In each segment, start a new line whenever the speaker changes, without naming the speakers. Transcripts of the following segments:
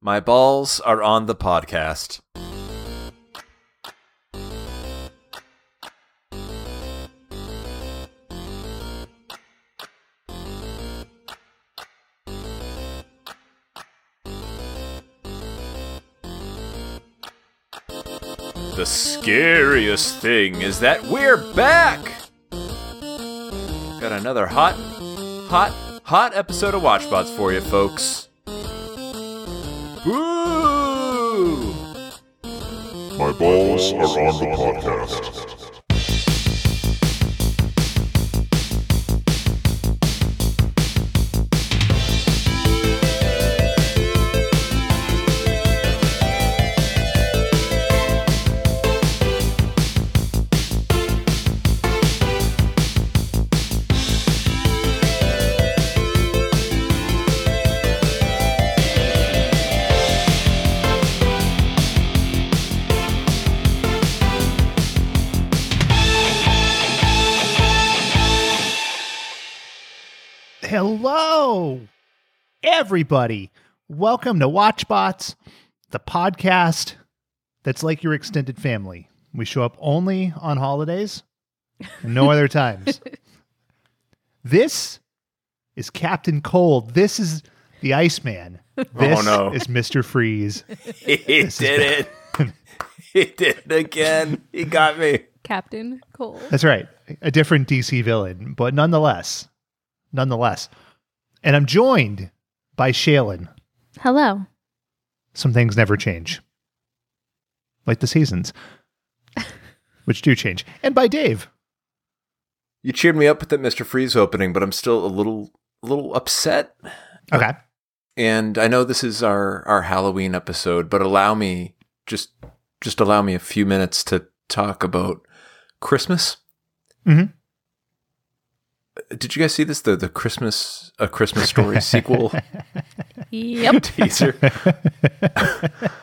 My balls are on the podcast. The scariest thing is that we're back. Got another hot, hot, hot episode of Watchbots for you, folks. Boo!
My balls are on the podcast.
Hello, everybody. Welcome to Watchbots, the podcast that's like your extended family. We show up only on holidays and no other times. This is Captain Cold. This is the Iceman. This
no.
is Mr. Freeze.
He did it. he did it again. He got me.
Captain Cole.
That's right. A different DC villain, but nonetheless, nonetheless. And I'm joined by Shaylin.
Hello.
some things never change, like the seasons, which do change. And by Dave,
You cheered me up with that Mr. Freeze opening, but I'm still a little a little upset.
okay,
And I know this is our our Halloween episode, but allow me just just allow me a few minutes to talk about Christmas.
Mhm.
Did you guys see this the the Christmas a Christmas story sequel
Yep.
teaser?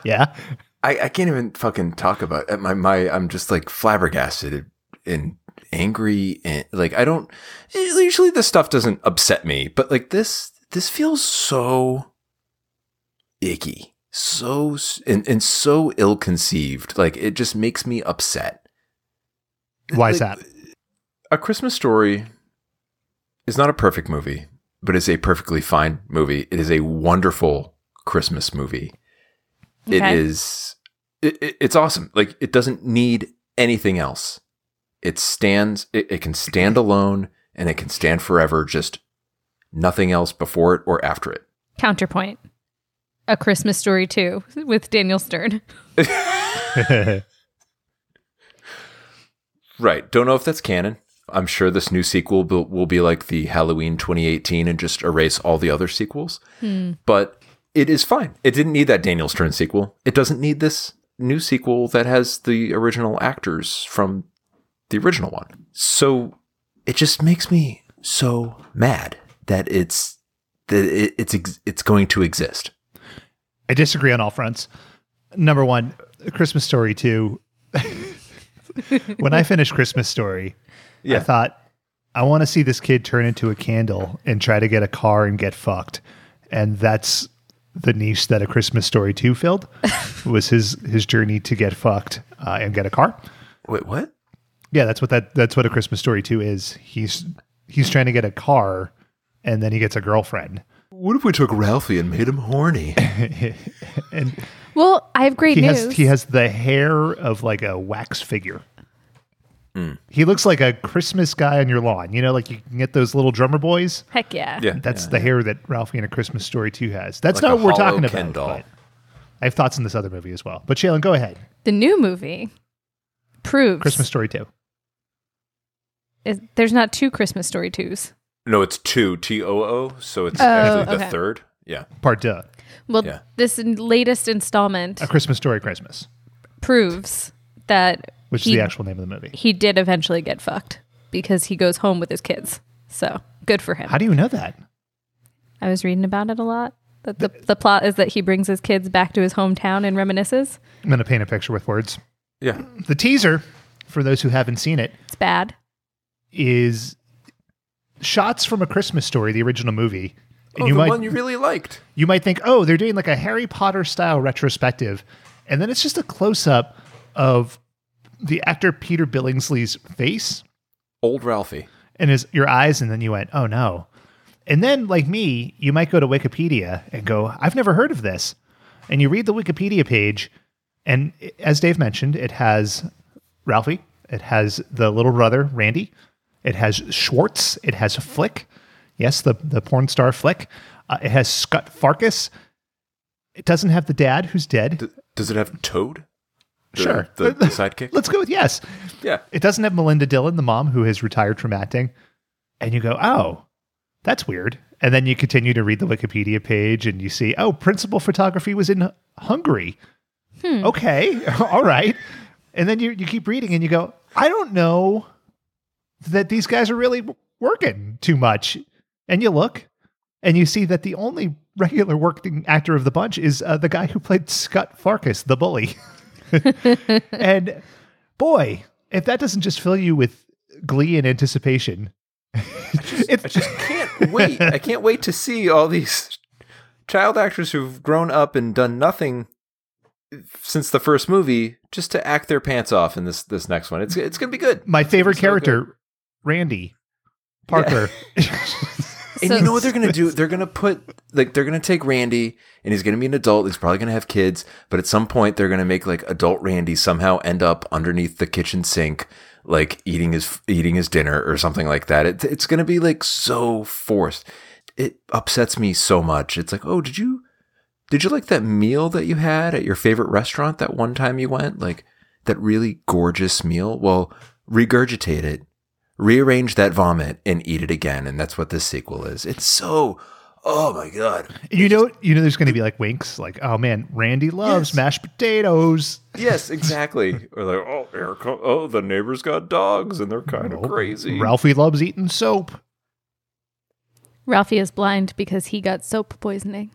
yeah,
I, I can't even fucking talk about it. my my. I'm just like flabbergasted and angry and like I don't. Usually this stuff doesn't upset me, but like this this feels so icky, so s- and and so ill conceived. Like it just makes me upset.
why is
Like-
that?
A Christmas Story is not a perfect movie, but is a perfectly fine movie. It is a wonderful Christmas movie it
Okay.
is it, it- it's awesome like it doesn't need anything else it stands it, it can stand alone and it can stand forever just nothing else before it or after it
Counterpoint. A Christmas Story 2 with Daniel Stern.
right don't know if that's canon i'm sure this new sequel will, will be like the halloween 2018 and just erase all the other sequels but it is fine it didn't need that daniel stern sequel it doesn't need this new sequel that has the original actors from the original one. So it just makes me so mad that it's that it, it's ex- it's going to exist.
I disagree on all fronts. Number one, Christmas Story two. when I finished Christmas Story,
Yeah.
I thought I want to see this kid turn into a candle and try to get a car and get fucked, and that's the niche that a Christmas Story two filled was his his journey to get fucked uh, and get a car.
Wait, what?
Yeah, that's what that that's what a Christmas story too is. He's he's trying to get a car and then he gets a girlfriend.
What if we took Ralphie and made him horny?
And
Well, I have great
he
news.
has he has the hair of like a wax figure.
Hmm.
He looks like a Christmas guy on your lawn. You know, like you can get those little drummer boys.
Heck yeah.
yeah,
That's the hair that Ralphie in a Christmas story too has. That's
Like
not
a
what we're
hollow
talking
Ken
about.
doll.
but I have thoughts on this other movie as well. But Shaylin, go ahead.
The new movie proves
Christmas story two.
is- there's not two Christmas Story 2s.
no, it's two T O O, so it's
Oh,
actually the
okay.
third. Yeah,
Part two.
Well,
Yeah.
this n- latest installment
A Christmas story Christmas,
proves that
which
he,
is the actual name of the movie.
he did eventually get fucked because he goes home with his kids. So good for him.
How do you know that?
I was reading about it a lot. That the, the plot is that he brings his kids back to his hometown and reminisces.
I'm gonna paint a picture with words.
yeah.
the teaser for those who haven't seen it
It's bad.
is shots from a christmas story the original movie And
oh,
you
the
might
one you really liked.
you might think, oh, they're doing like a Harry Potter style retrospective. And then it's just a close up of the actor Peter Billingsley's face
Old Ralphie.
and his your eyes, and then you went, oh no. And then, like me, you might go to Wikipedia and go, I've never heard of this. And you read the Wikipedia page, and i- as Dave mentioned, it has Ralphie, it has the little brother, Randy, it has Schwartz, it has Flick, yes, the, the porn star Flick, uh, it has Scott Farkas. It doesn't have the dad who's dead.
D- does it have Toad? The-
sure.
The, the sidekick?
Let's go with yes.
Yeah.
It doesn't have Melinda Dillon, the mom who has retired from acting. And you go, oh, that's weird. And then you continue to read the Wikipedia page and you see, oh, principal photography was in Hungary. Okay. All right. And then you, you keep reading and you go, I don't know that these guys are really w- working too much. And you look and you see that the only regular working actor of the bunch is uh, the guy who played Scott Farkas, the bully. and boy, if that doesn't just fill you with glee and anticipation, it's
I just can't wait. I can't wait to see all these child actors who've grown up and done nothing since the first movie just to act their pants off in this this next one. It's it's going to be good.
my favorite
So
character, Randy Parker.
And
So-
you know what they're gonna do? They're gonna put like they're gonna take Randy, and he's gonna be an adult. He's probably gonna have kids, but at some point they're gonna make like adult Randy somehow end up underneath the kitchen sink, like eating his eating his dinner or something like that. It, it's gonna be like so forced. It upsets me so much. It's like, oh, did you did you like that meal that you had at your favorite restaurant that one time you went? Like that really gorgeous meal? Well, regurgitate it rearrange that vomit and eat it again and that's what this sequel is it's so oh my god
you know, you know, there's going to be like winks, like, oh man, Randy loves
Yes.
mashed potatoes.
yes exactly or like oh here co- oh the neighbors got dogs and they're kind of crazy
Ralphie loves eating soap.
Ralphie is blind because he got soap poisoning.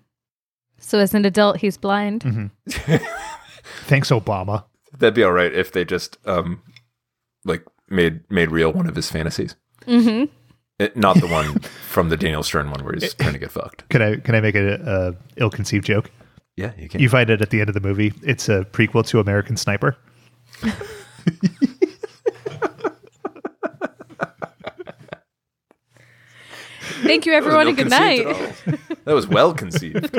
So as an adult, he's blind.
Mm-hmm.
Thanks, Obama.
that'd be all right if they just um like made made real one of his fantasies
Mhm.
Eh, not the one from the daniel stern one where he's trying to get fucked
Can I can I make a, a ill-conceived joke?
yeah you can
You find it at the end of the movie. It's a prequel to American Sniper.
Thank
Oh,
you, everyone, and good night.
that was well conceived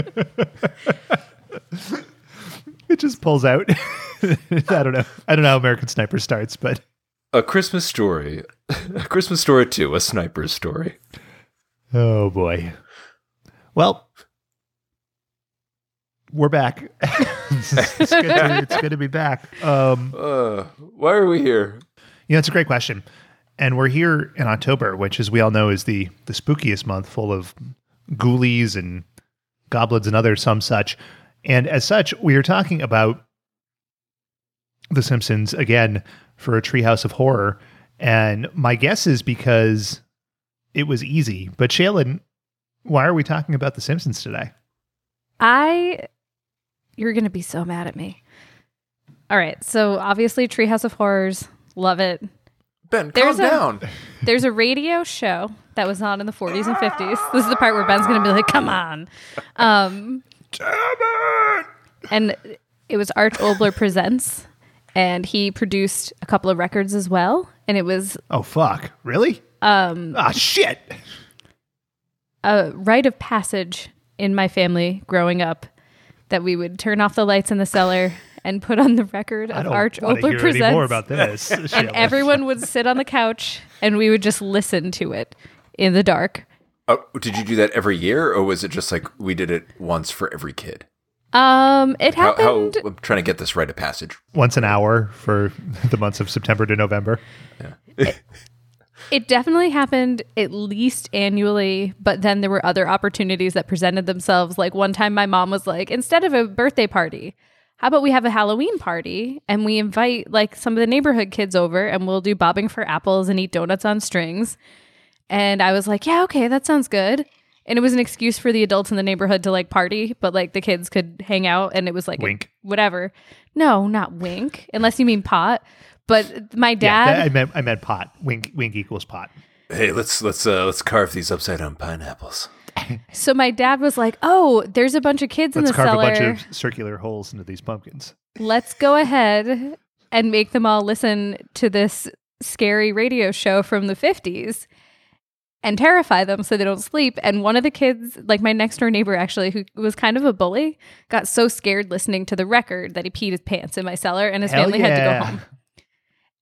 It just pulls out. I don't know. I don't know how American Sniper starts, but
a christmas story a christmas story too a sniper's story
oh boy. Well, we're back. it's, good to, it's good to be back. Um,
uh why are we here
you know, it's a great question, and we're here in October, which, as we all know, is the the spookiest month, full of ghoulies and goblins and other some such. And as such, we are talking about The Simpsons again for a Treehouse of Horror. And my guess is because it was easy. But Shaylin, why are we talking about The Simpsons today?
I, you're going to be so mad at me. All right. So obviously, Treehouse of Horrors, love it.
ben
There's
calm
a-
down
There's a radio show that was on in the 40s and 50s. This is the part where Ben's going to be like, come on. Um, and it was Arch Obler Presents, and he produced a couple of records as well. And it was
Oh fuck! Really? Um. Ah shit!
a rite of passage in my family growing up that we would turn off the lights in the cellar and put on the record
I
of
don't
Arch
wanna
Obler
hear any more
Presents.
about this.
and
Shaylin.
everyone would sit on the couch and we would just listen to it in the dark.
Oh, did you do that every year, or was it just like we did it once for every kid?
Um, it
How, how
happened.
I'm trying to get this rite of passage.
once an hour for the months of September to November.
It definitely happened at least annually, but then there were other opportunities that presented themselves. Like one time, my mom was like, instead of a birthday party, how about we have a Halloween party and we invite like some of the neighborhood kids over and we'll do bobbing for apples and eat donuts on strings. And I was like, yeah, okay, that sounds good. And it was an excuse for the adults in the neighborhood to like party, but like the kids could hang out and it was like
Wink.
whatever. No, not wink, unless you mean pot. But my
Yeah,
dad
that- I meant I meant pot. Wink wink equals pot.
Hey, let's let's uh, let's carve these upside down pineapples.
So my dad was like, "Oh, there's a bunch of kids in
Let's
the
carve
cellar.
a bunch of circular holes into these pumpkins.
Let's go ahead and make them all listen to this scary radio show from the 50s and terrify them so they don't sleep." And one of the kids, like my next door neighbor actually, who was kind of a bully, got so scared listening to the record that he peed his pants in my cellar and his
Hell
family had to
yeah.
go home.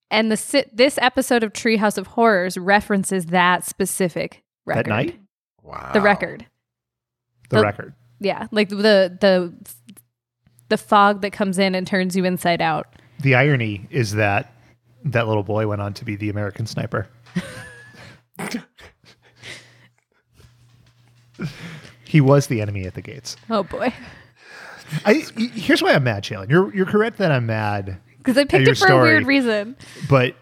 And the si- this episode of Treehouse of Horrors references that specific record.
That night?
Wow.
The record.
The
The-
record.
Yeah, like the the the fog that comes in and turns you inside out.
The irony is that that little boy went on to be the American sniper. he was the enemy at the gates.
Oh boy,
I y- here's why I'm mad, Shailen. You're you're correct that I'm mad,
because I picked
your
it for a
story.
weird reason.
but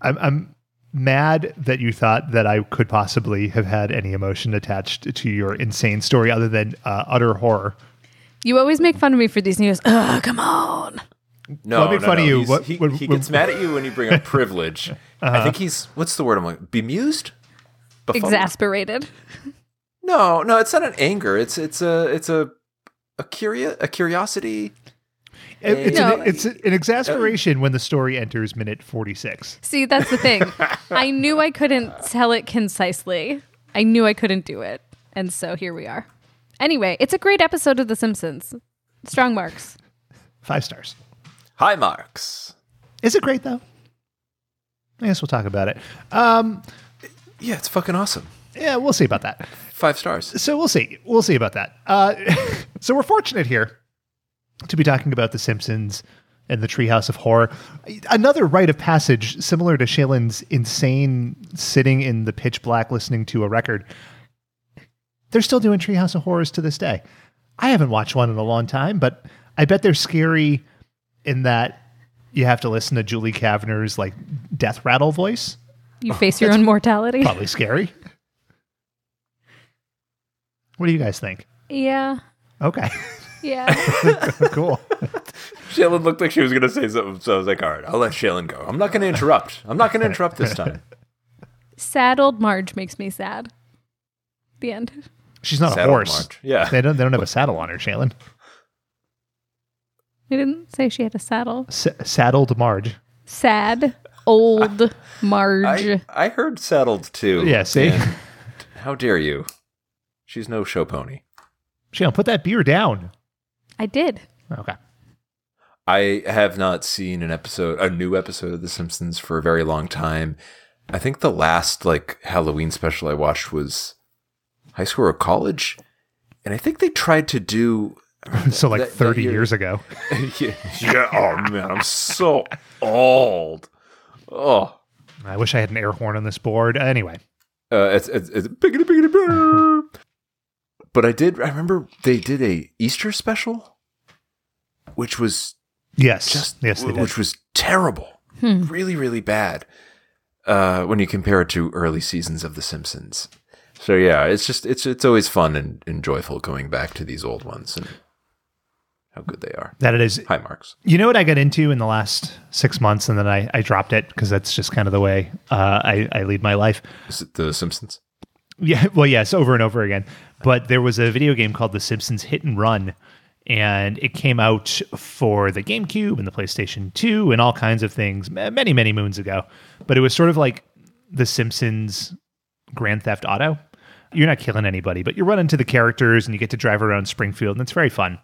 I'm I'm mad that you thought that I could possibly have had any emotion attached to your insane story other than uh, utter horror.
You always make fun of me for these news. Ugh, come on.
No,
Well, it'd be
no,
funny
no.
you-
He's-
what-
he,
what- Uh-huh.
he
what-
gets mad at you when you bring up privilege. I think he's what's the word I'm like bemused. Befuddled?
Exasperated.
No, no, it's not an anger. It's it's a it's a a curio a curiosity.
It- It's,
No.
an, it's an exasperation when the story enters minute 46.
See, that's the thing. I knew I couldn't tell it concisely. I knew I couldn't do it, and so here we are. Anyway, it's a great episode of The Simpsons. Strong marks.
Five stars.
High marks.
Is it great though? I guess we'll talk about it. Um,
Yeah, it's fucking awesome.
yeah, we'll see about that.
Five stars.
So we'll see. We'll see about that. Uh, so we're fortunate here to be talking about The Simpsons and the Treehouse of Horror. Another rite of passage similar to Shailen's insane sitting in the pitch black listening to a record. They're still doing Treehouse of Horrors to this day. I haven't watched one in a long time, but I bet they're scary in that you have to listen to Julie Kavner's like death rattle voice.
You face your own mortality.
Oh, Probably scary. What do you guys think?
Yeah.
Okay.
Yeah.
cool.
Shailen looked like she was gonna say something, so I was like, all right, I'll let Shailen go. I'm not gonna interrupt. I'm not gonna interrupt this time.
sad old Marge makes me sad. The end.
She's not
Saddle
a horse.
March. Yeah.
They don't they don't have a saddle on her, Shailen.
You didn't say she had a saddle.
S- saddled Marge.
Sad old Marge.
I, I heard settled too.
Yeah, see?
And How dare you? She's no show pony.
Shailen, put that beer down.
I did.
Okay.
I have not seen an episode, a new episode of The Simpsons for a very long time. I think the last like Halloween special I watched was high school or college, and I think they tried to do.
so like
That- that
30
you're-
years ago.
yeah, yeah, oh man, I'm so old. Oh,
I wish I had an air horn on this board. Anyway.
uh, it's it's, it's biggity, biggity, brrr. But I did. I remember they did a Easter special, which was
Yes.
just
yes, they
w-
did.
which was terrible, really, really bad. Uh, when you compare it to early seasons of The Simpsons, so yeah, it's just it's it's always fun and, and joyful going back to these old ones and how good they are.
that it is.
High marks.
You know what I got into in the last six months, and then I, I dropped it because that's just kind of the way uh, I, I lead my life.
Is it The Simpsons?
Yeah, well, yes, over and over again. But there was a video game called The Simpsons Hit and Run, and it came out for the GameCube and the PlayStation 2 and all kinds of things ma- many, many moons ago. But it was sort of like The Simpsons Grand Theft Auto. You're not killing anybody, but you run into the characters and you get to drive around Springfield, and it's very fun.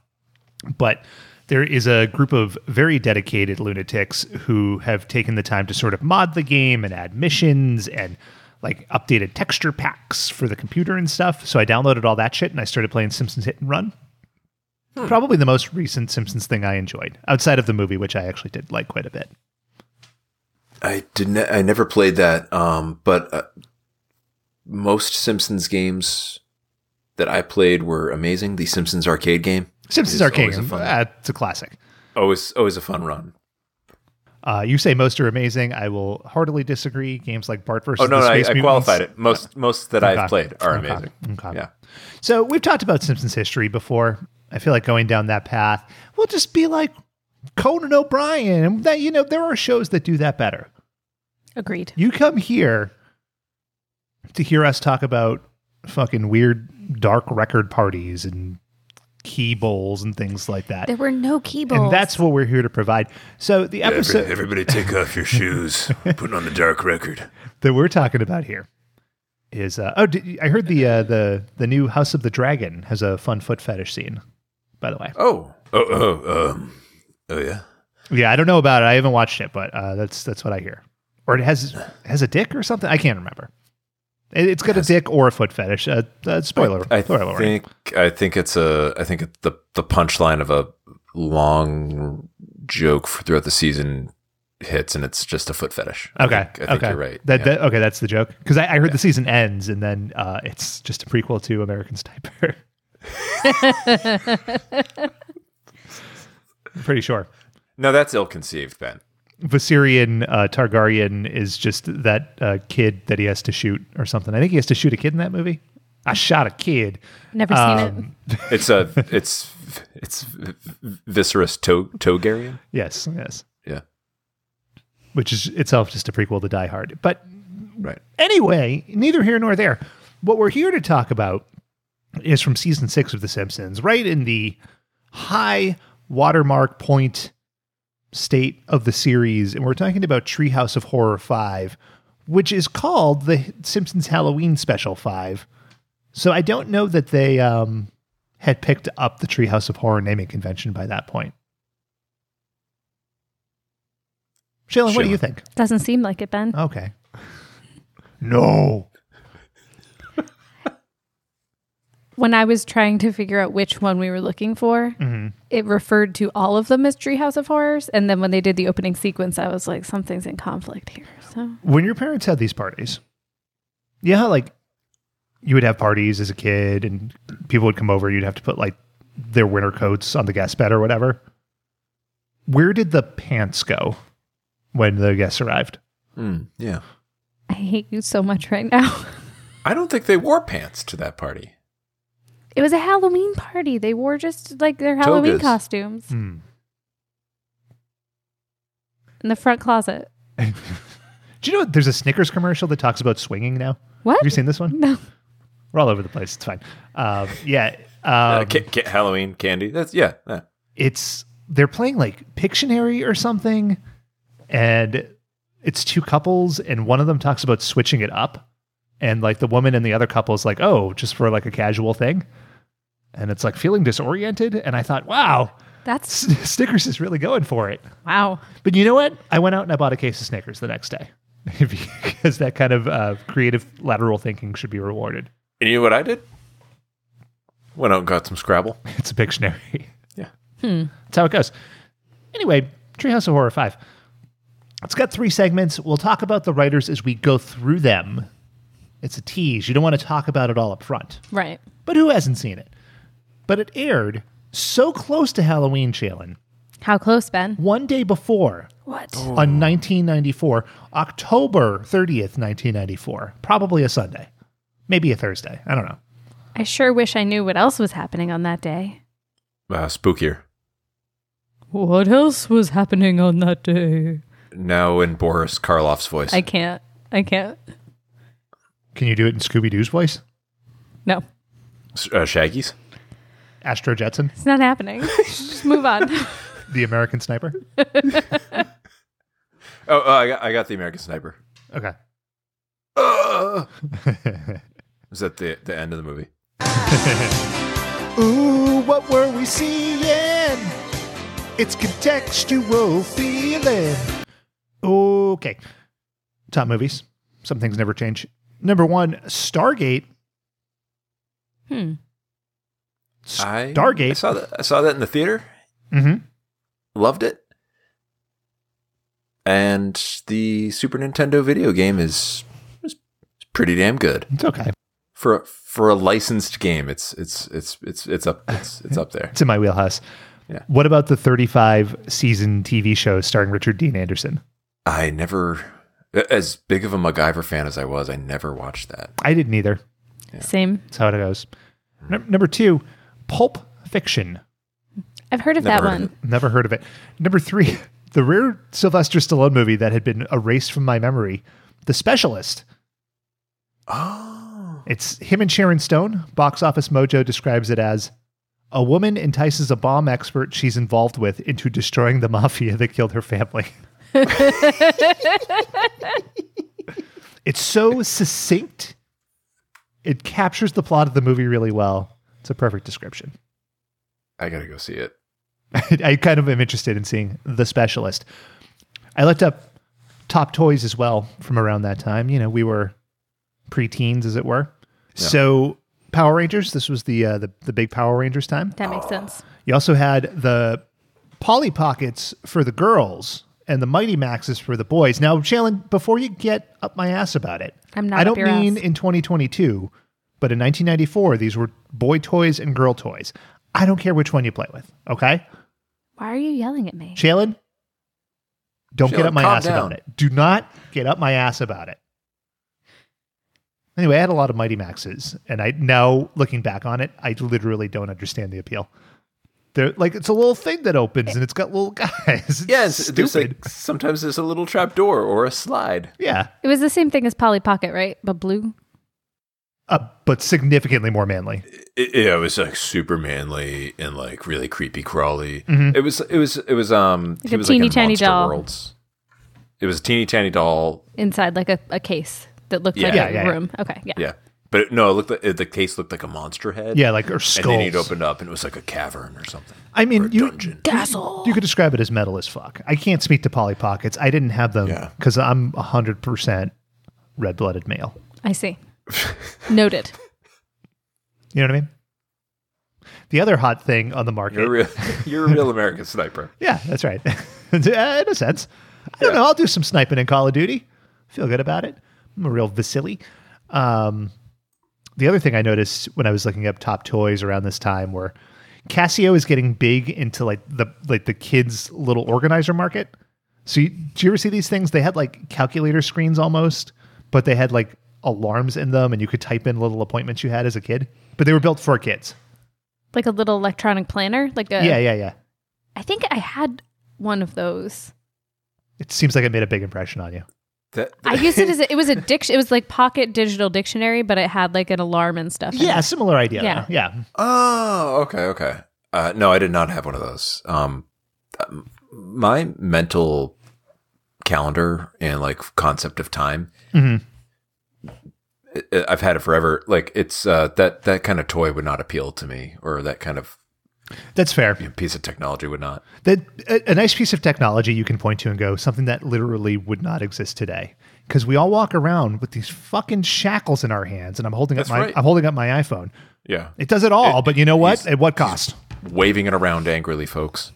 But there is a group of very dedicated lunatics who have taken the time to sort of mod the game and add missions and like updated texture packs for the computer and stuff. So I downloaded all that shit and I started playing Simpsons Hit and Run.
Hmm.
Probably the most recent Simpsons thing I enjoyed outside of the movie, which I actually did like quite a bit.
I didn't. I never played that. Um, but uh, most Simpsons games that I played were amazing. The Simpsons arcade game.
Simpsons
is
Arcade,
always a
game,
fun-
uh, it's a classic.
Always, always a fun run.
Uh, you say most are amazing. I will heartily disagree. Games like Bart versus
Oh no,
the
no I,
Space
I
Mutants-
qualified it. Most, most that
Okay.
I've played are
Okay.
amazing.
Okay.
Yeah.
So we've talked about Simpsons history before. I feel like going down that path, we'll just be like Conan O'Brien. And That you know, there are shows that do that better.
Agreed.
You come here to hear us talk about fucking weird dark record parties and key bowls and things like that.
There were no key bowls.
and that's what we're here to provide. So the episode
everybody take off your shoes. Putting on the dark record.
that we're talking about here is uh, oh, did, I heard the uh, the the new House of the Dragon has a fun foot fetish scene. By the way,
Oh. Oh, oh, um, oh yeah.
yeah, I don't know about it. I haven't watched it, but uh, that's that's what I hear. Or it has has a dick or something. I can't remember. It, it's got a dick or a foot fetish. Uh, uh, spoiler,
I
spoiler alert.
think I think it's a I think it's the the punchline of a long joke f- throughout the season hits, and it's just a foot fetish. I
Okay.
think- I think
okay.
you're right.
That,
Yeah.
that- okay, that's the joke. Because I, I heard the season ends and then uh, it's just a prequel to American Sniper. I'm pretty sure.
no, that's ill conceived, Ben.
Viserion uh, Targaryen is just that uh, kid that he has to shoot or something. I think he has to shoot a kid in that movie. I shot a kid. Um,
Never seen it.
It's a it's it's viscerous to- Togarian.
Yes, yes.
Yeah,
Which is itself just a prequel to Die Hard. But
right.
Anyway, neither here nor there. What we're here to talk about is from season six of The Simpsons, right in the high watermark point state of the series. And we're talking about Treehouse of Horror 5, which is called The Simpsons Halloween Special 5. So I don't know that they um, had picked up the Treehouse of Horror naming convention by that point. Shailen, what do
Shailen.
you think?
Doesn't seem like it, Ben.
Okay. No.
When I was trying to figure out which one we were looking for,
Mm-hmm.
it referred to all of them as Treehouse of Horrors. And then when they did the opening sequence, I was like, something's in conflict here. So
When your parents had these parties, yeah, like you would have parties as a kid and people would come over, you'd have to put like their winter coats on the guest bed or whatever. Where did the pants go when the guests arrived?
Mm, yeah.
I hate you so much right now.
I don't think they wore pants to that party.
It was a Halloween party. They wore just like their Halloween
Togas.
costumes
Hmm. Mm.
in the front closet.
Do you know there's a Snickers commercial that talks about swinging now?
What?
Have you seen this one?
No.
We're all over the place. It's fine. Um, yeah. Um,
uh, ca- ca- Halloween candy. That's yeah. yeah.
it's they're playing like Pictionary or something, and it's two couples, and one of them talks about switching it up, and like the woman and the other couple is like, oh, just for like a casual thing, and it's like feeling disoriented, and I thought, wow,
That's
S- Snickers is really going for it.
wow.
But you know what? I went out and I bought a case of Snickers the next day because that kind of uh, creative lateral thinking should be rewarded.
And you know what I did? Went out and got some Scrabble.
It's a Pictionary.
Yeah.
That's how it goes. Anyway, Treehouse of Horror 5. It's got three segments. We'll talk about the writers as we go through them. It's a tease. You don't want to talk about it all up front.
Right.
But who hasn't seen it? But it aired so close to Halloween, Shailen,
How close, Ben?
one day before
What?
on 1994, October 30th, 1994. Probably a Sunday, maybe a Thursday. I don't know.
I sure wish I knew what else was happening on that day.
Uh, spookier.
What else was happening on that day?
Now in Boris Karloff's voice.
I can't. I can't.
Can you do it in Scooby Doo's voice?
No.
S- uh, Shaggy's.
Astro Jetson,
It's not happening. Just move on.
the American sniper?
Oh, oh I, got, I got the American Sniper.
Okay.
Uh, is that the the end of the movie?
Ooh, what were we seeing? It's contextual feeling. Okay. Top movies. Some things never change. Number one, Stargate.
Hmm.
I
Stargate.
I saw that. I saw that in the theater.
Mhm.
Loved it. And the Super Nintendo video game is, is pretty damn good
It's okay.
for a- for a licensed game. It's it's it's it's it's up it's, it's up there.
It's in my wheelhouse.
Yeah.
What about the 35 season TV show starring Richard Dean Anderson?
I never, as big of a MacGyver fan as I was, I never watched that.
I didn't either.
Same.
That's how it goes. Num- number two, Pulp Fiction.
I've heard of
Never
that
heard of
one.
Never heard of it. Number three, the rare Sylvester Stallone movie that had been erased from my memory, The Specialist.
Oh,
It's him and Sharon Stone. Box Office Mojo describes it as a woman entices a bomb expert she's involved with into destroying the mafia that killed her family. it's so succinct. It captures the plot of the movie really well. It's a perfect description.
I gotta go see it.
I kind of am interested in seeing The Specialist. I looked up top toys as well from around that time. You know, we were preteens, as it were. So Power Rangers. This was the, uh, the the big Power Rangers time.
That makes sense.
You also had the Polly Pockets for the girls and the Mighty Maxes for the boys. Now, Jalen, before you get up my ass about it,
I'm not
I
up
don't
your
mean
ass.
in 2022, but in 1994, these were boy toys and girl toys. I don't care which one you play with. Okay,
Why are you yelling at me?
Jalen, don't get
Jalen,
up my
calm
ass
down.
about it. Do not get up my ass about it. Anyway, I had a lot of Mighty Maxes, and I now looking back on it, I literally don't understand the appeal. They're like it's a little thing that opens and it's got little guys. It's
Yes, there's
stupid.
like sometimes there's a little trap door or a slide.
yeah,
It was the same thing as Polly Pocket, right? But blue.
uh, but significantly more manly.
It, yeah, it was like super manly and like really creepy crawly.
Mm-hmm.
It was it was it was um
Like
he
a
was
teeny
like in
tiny
Monster
doll.
Worlds. It was a teeny tiny doll.
inside like a, a case that looked
Yeah.
like a
Yeah, yeah, yeah.
room. Okay, yeah.
Yeah, but it, no, it looked like, it- the case looked like a monster head.
Yeah, like or
and
skulls.
then it opened up and it was like a cavern or something.
I mean,
or a
you
dungeon.
Castle.
you could describe it as metal as fuck. I can't speak to Polly Pockets. I didn't have them
Yeah.
because I'm hundred percent red blooded male.
I see. Noted.
You know what I mean? The other hot thing on the market.
You're a real, you're a real American sniper.
yeah, that's right. In a sense. I don't
Yeah.
know. I'll do some sniping in Call of Duty. Feel good about it. I'm a real Vasily. Um, the other thing I noticed when I was looking up top toys around this time were Casio is getting big into like the like the kids little organizer market. So you, do you ever see these things? They had like calculator screens almost, but they had like alarms in them, and you could type in little appointments you had as a kid. But they were built for kids.
Like a little electronic planner. Like a I
Yeah, yeah, yeah.
think I had one of those.
It seems like it made a big impression on you.
That,
I used it as a, it was a dic- it was like pocket digital dictionary, but it had like an alarm and stuff. in it.
Yeah, similar idea.
Yeah.
though. yeah.
Oh, okay, okay. Uh, no, I did not have one of those. Um, um, my mental calendar and like concept of time,
Mhm.
I- I- I've had it forever. Like it's uh, that that kind of toy would not appeal to me, or that kind of
That's fair.
piece of technology would not.
That a, a nice piece of technology you can point to and go something that literally would not exist today. Because we all walk around with these fucking shackles in our hands, and I'm holding
That's
up my
right.
I'm holding up my iPhone.
Yeah,
It does it all,
It-
but you know what?
he's-
At what cost?
waving it around angrily, folks.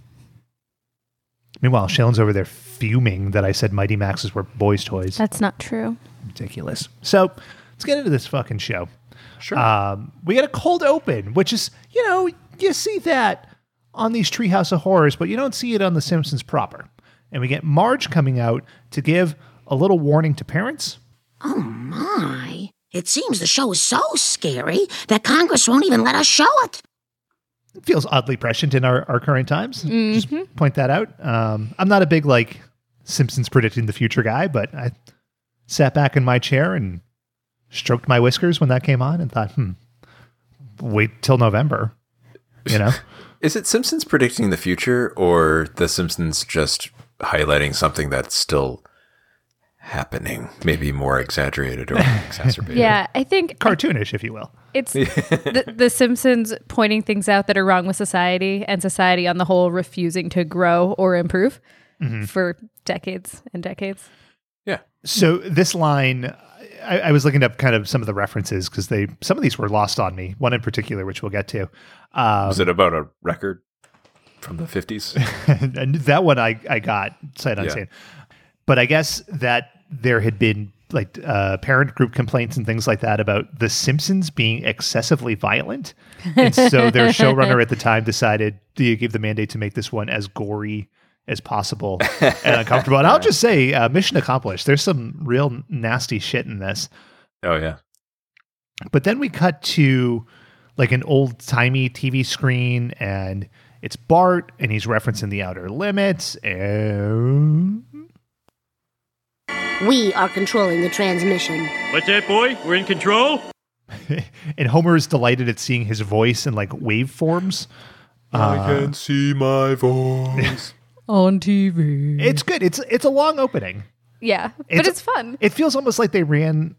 Meanwhile, Shailen's over there fuming that I said Mighty Maxes were boys' toys.
That's not true.
ridiculous. So let's get into this fucking show.
Sure.
Um, we got a cold open, which is, you know, you see that on these Treehouse of Horrors, but you don't see it on The Simpsons proper. And we get Marge coming out to give a little warning to parents.
Oh my. It seems the show is so scary that Congress won't even let us show it.
It feels oddly prescient in our, our current times. Just point that out. Um, I'm not a big, like, Simpsons predicting the future guy, but I sat back in my chair and stroked my whiskers when that came on and thought, hmm, wait till November, you know?
Is it Simpsons predicting the future, or the Simpsons just highlighting something that's still happening? Maybe more exaggerated or exacerbated.
Yeah, I think
Cartoonish, if you will.
it's the, the Simpsons pointing things out that are wrong with society and society on the whole refusing to grow or improve
Mm-hmm.
for decades and decades.
Yeah.
So this line, I, I was looking up kind of some of the references because they some of these were lost on me. One in particular, which we'll get to. Um,
Was it about a record from the 50s?
and that one I I got sight unseen. But I guess that there had been like uh, parent group complaints and things like that about The Simpsons being excessively violent, and so their showrunner at the time decided to give the mandate to make this one as gory as possible and uncomfortable. And I'll just say, uh, mission accomplished. There's some real nasty shit in this.
oh, yeah.
But then we cut to like an old timey TV screen, and it's Bart, and he's referencing the Outer Limits, and
We are controlling the transmission.
What's that, boy? We're in control?
and Homer is delighted at seeing his voice in like waveforms.
I can see my voice.
on TV.
It's good. It's it's a long opening.
yeah, but
It's-
it's fun.
It feels almost like they ran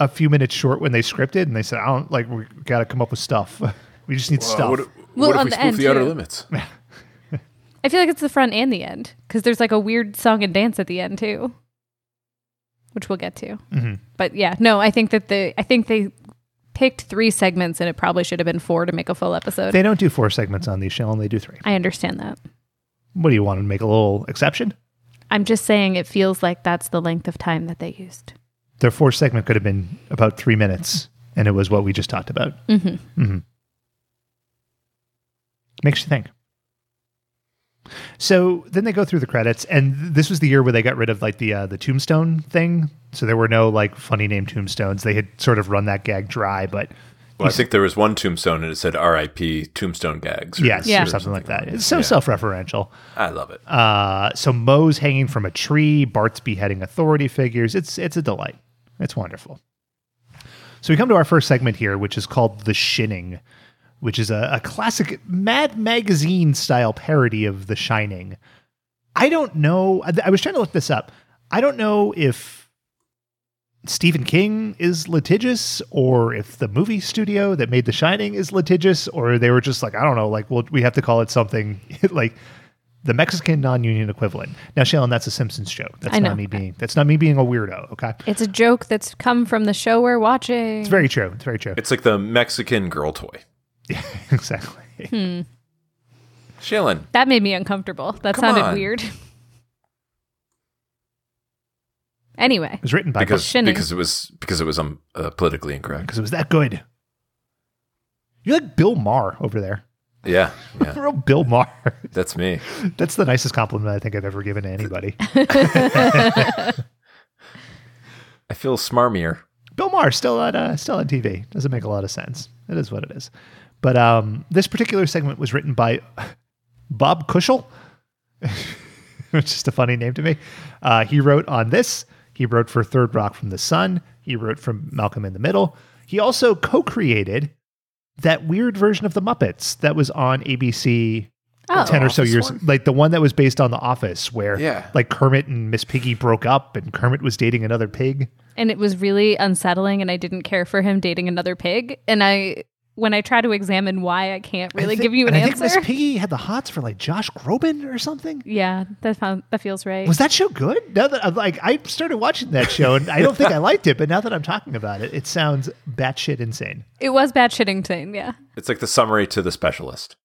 a few minutes short when they scripted, and they said, "I don't like we got to come up with stuff. We just need stuff."
What, what
Well,
if
on
we
the
spoof
end,
the outer
too.
limits?
I feel like it's the front and the end because there's like a weird song and dance at the end too, which we'll get to.
Mm-hmm.
But yeah, no, I think that the I think they picked three segments and it probably should have been four to make a full episode.
They don't do four segments on these show, and they do three.
I understand that.
What do you want to make a little exception?
I'm just saying it feels like that's the length of time that they used.
Their four segment could have been about three minutes, and it was what we just talked about. Mm-hmm. Makes you think. So then they go through the credits, and th- this was the year where they got rid of like the uh, the tombstone thing. So there were no like funny name tombstones. They had sort of run that gag dry, but
Well, I think there was one tombstone and it said R.I.P. Tombstone Gags. or-
yes,
Yeah.
or something like that. It's so self referential.
I love it.
Uh, so Moe's hanging from a tree, Bart's beheading authority figures. It's it's a delight. It's wonderful. So we come to our first segment here, which is called The Shinning, which is a, a classic Mad Magazine style parody of The Shining. I don't know. I, I was trying to look this up. I don't know if Stephen King is litigious or if the movie studio that made The Shining is litigious or they were just like, I don't know, like, well, we have to call it something like the Mexican non-union equivalent. Now, Shailen, that's a Simpsons joke. That's
I know.
not me being, that's not me being a weirdo. Okay.
It's a joke that's come from the show we're watching.
It's very true. It's very true.
It's like the Mexican girl toy.
exactly.
Shailen,
that made me uncomfortable. That
Come
sounded
on.
weird. anyway,
It was written by
because
Shinning.
because it was because it was um, uh, politically incorrect.
because it was that good. You're like Bill Maher over there.
Yeah, yeah,
Real Bill Maher.
that's me.
That's the nicest compliment I think I've ever given to anybody.
I feel smarmier.
Bill Maher still on uh, still on TV. Doesn't make a lot of sense. It is what it is. But um, this particular segment was written by Bob Cushel, which is just a funny name to me. Uh, he wrote on this. He wrote for Third Rock from the Sun. He wrote for Malcolm in the Middle. He also co-created that weird version of the Muppets that was on ABC
oh,
10 or so
Office
years
one?
like the one that was based on the office where
Yeah.
like kermit and miss piggy broke up and kermit was dating another pig
and it was really unsettling and i didn't care for him dating another pig and i when i try to examine why i can't really
I thi-
give you an
and i
answer
think miss piggy had the hots for like josh groban or something
yeah that found, that feels right
was that show good now that i'm like i started watching that show and i don't think i liked it but now that i'm talking about it it sounds batshit insane
it was bad shitting thing yeah
It's like the summary to the specialist.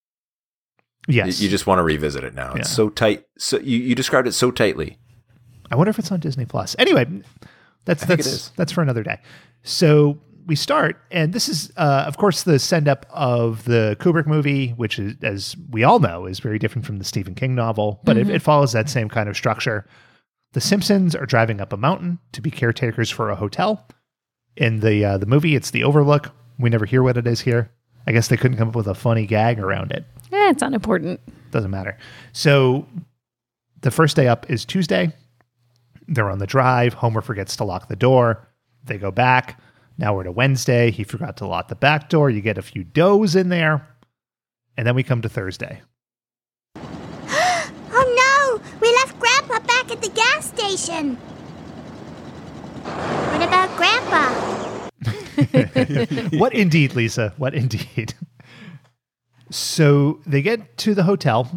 Y-
yes
You just want to revisit it now. It's
Yeah.
so tight. So you, you described it so tightly.
I wonder if it's on Disney Plus. Anyway, that's
think it
that's
is.
that's for another day. So we start, and this is, uh, of course, the send up of the Kubrick movie, which is, as we all know, is very different from the Stephen King novel, but it, it follows that same kind of structure. The Simpsons are driving up a mountain to be caretakers for a hotel. In the uh, the movie, it's the Overlook. We never hear what it is here. I guess they couldn't come up with a funny gag around it
Eh, it's unimportant
doesn't matter. So the first day up is Tuesday. They're on the drive. Homer forgets to lock the door. They go back. Now we're to Wednesday. He forgot to lock the back door. You get a few doughs in there. And then we come to Thursday.
Oh no! We left Grandpa back at the gas station! What about Grandpa?
what indeed, Lisa? What indeed? So they get to the hotel,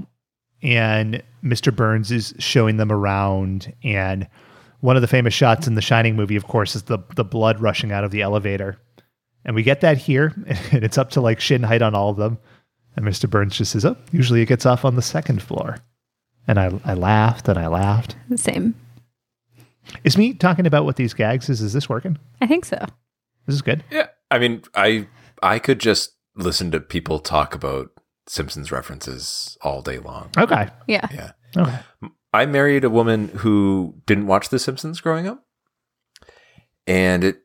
and Mr. Burns is showing them around. And one of the famous shots in the Shining movie, of course, is the the blood rushing out of the elevator. And we get that here, and it's up to like shin height on all of them. And Mr. Burns just says, "Oh, usually it gets off on the second floor." And I, I laughed and I laughed.
same
Is me talking about what these gags is? Is this working?
i think so
This is good.
Yeah. I mean, I I could just listen to people talk about Simpsons references all day long.
Okay.
yeah
Yeah.
Okay.
I married a woman who didn't watch The Simpsons growing up, and it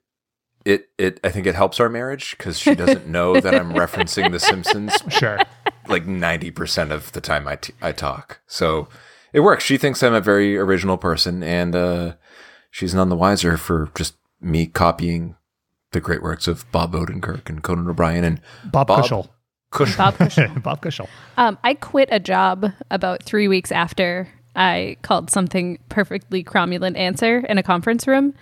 it it I think it helps our marriage because she doesn't know that I'm referencing The Simpsons
Sure.
like ninety percent of the time I t- I talk. So it works. She thinks I'm a very original person, and uh, she's none the wiser for just me copying the great works of Bob Odenkirk and Conan O'Brien and
Bob,
Bob
Cushel.
Cushel.
Bob Cushel.
Bob Cushel.
um, I quit a job about three weeks after I called something perfectly cromulent answer in a conference room,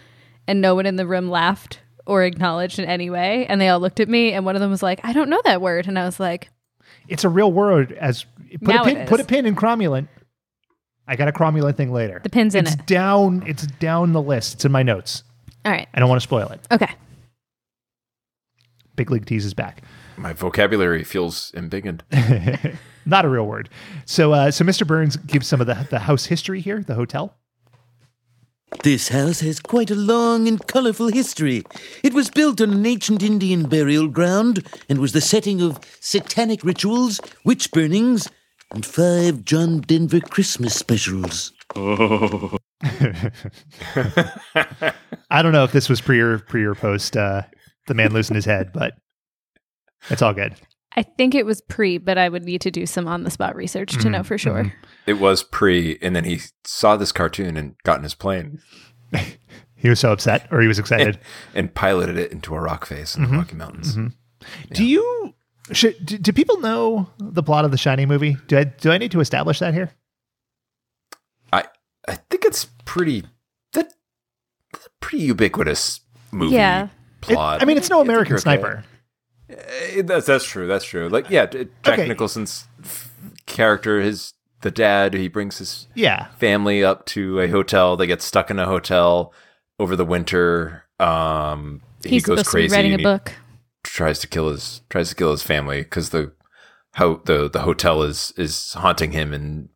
and no one in the room laughed or acknowledged in any way. And they all looked at me, and one of them was like, "I don't know that word," and I was like,
It's a real word. As put
Now
a
it
pin,
is.
put a pin in cromulent. I got a cromulent thing later.
The pin's in
it's
it.
down. It's down the list. It's in my notes.
"All right,
I don't want to spoil it.
okay."
Big League Tease is back.
My vocabulary feels embiggened.
Not a real word. So, uh, so Mr. Burns gives some of the, the house history here, the hotel.
This house has quite a long and colorful history. It was built on an ancient Indian burial ground and was the setting of satanic rituals, witch burnings, and five John Denver Christmas specials.
I don't know if this was pre or pre or post uh, the man losing his head, but it's all good.
I think it was pre, but I would need to do some on the spot research
Mm-hmm.
to know for sure.
It was pre, and then he saw this cartoon and got in his plane
He was so upset, or he was excited.
and piloted it into a rock face in the
Mm-hmm.
Rocky Mountains.
Do you? Should, do, do people know the plot of the Shining movie? Do I do I need to establish that here?
I I think it's pretty that that's a pretty ubiquitous movie
Yeah.
It-
plot.
I mean, it's no
I think
American
you're okay.
Sniper.
Eh, That's that's true. That's true. Like yeah, Jack
Okay.
Nicholson's f- character, his the dad, he brings his
Yeah,
family up to a hotel. They get stuck in a hotel over the winter. Um, he
He's
goes
supposed to be
crazy.
writing a
and he
book.
tries to kill his tries to kill his family because the how the the hotel is is haunting him and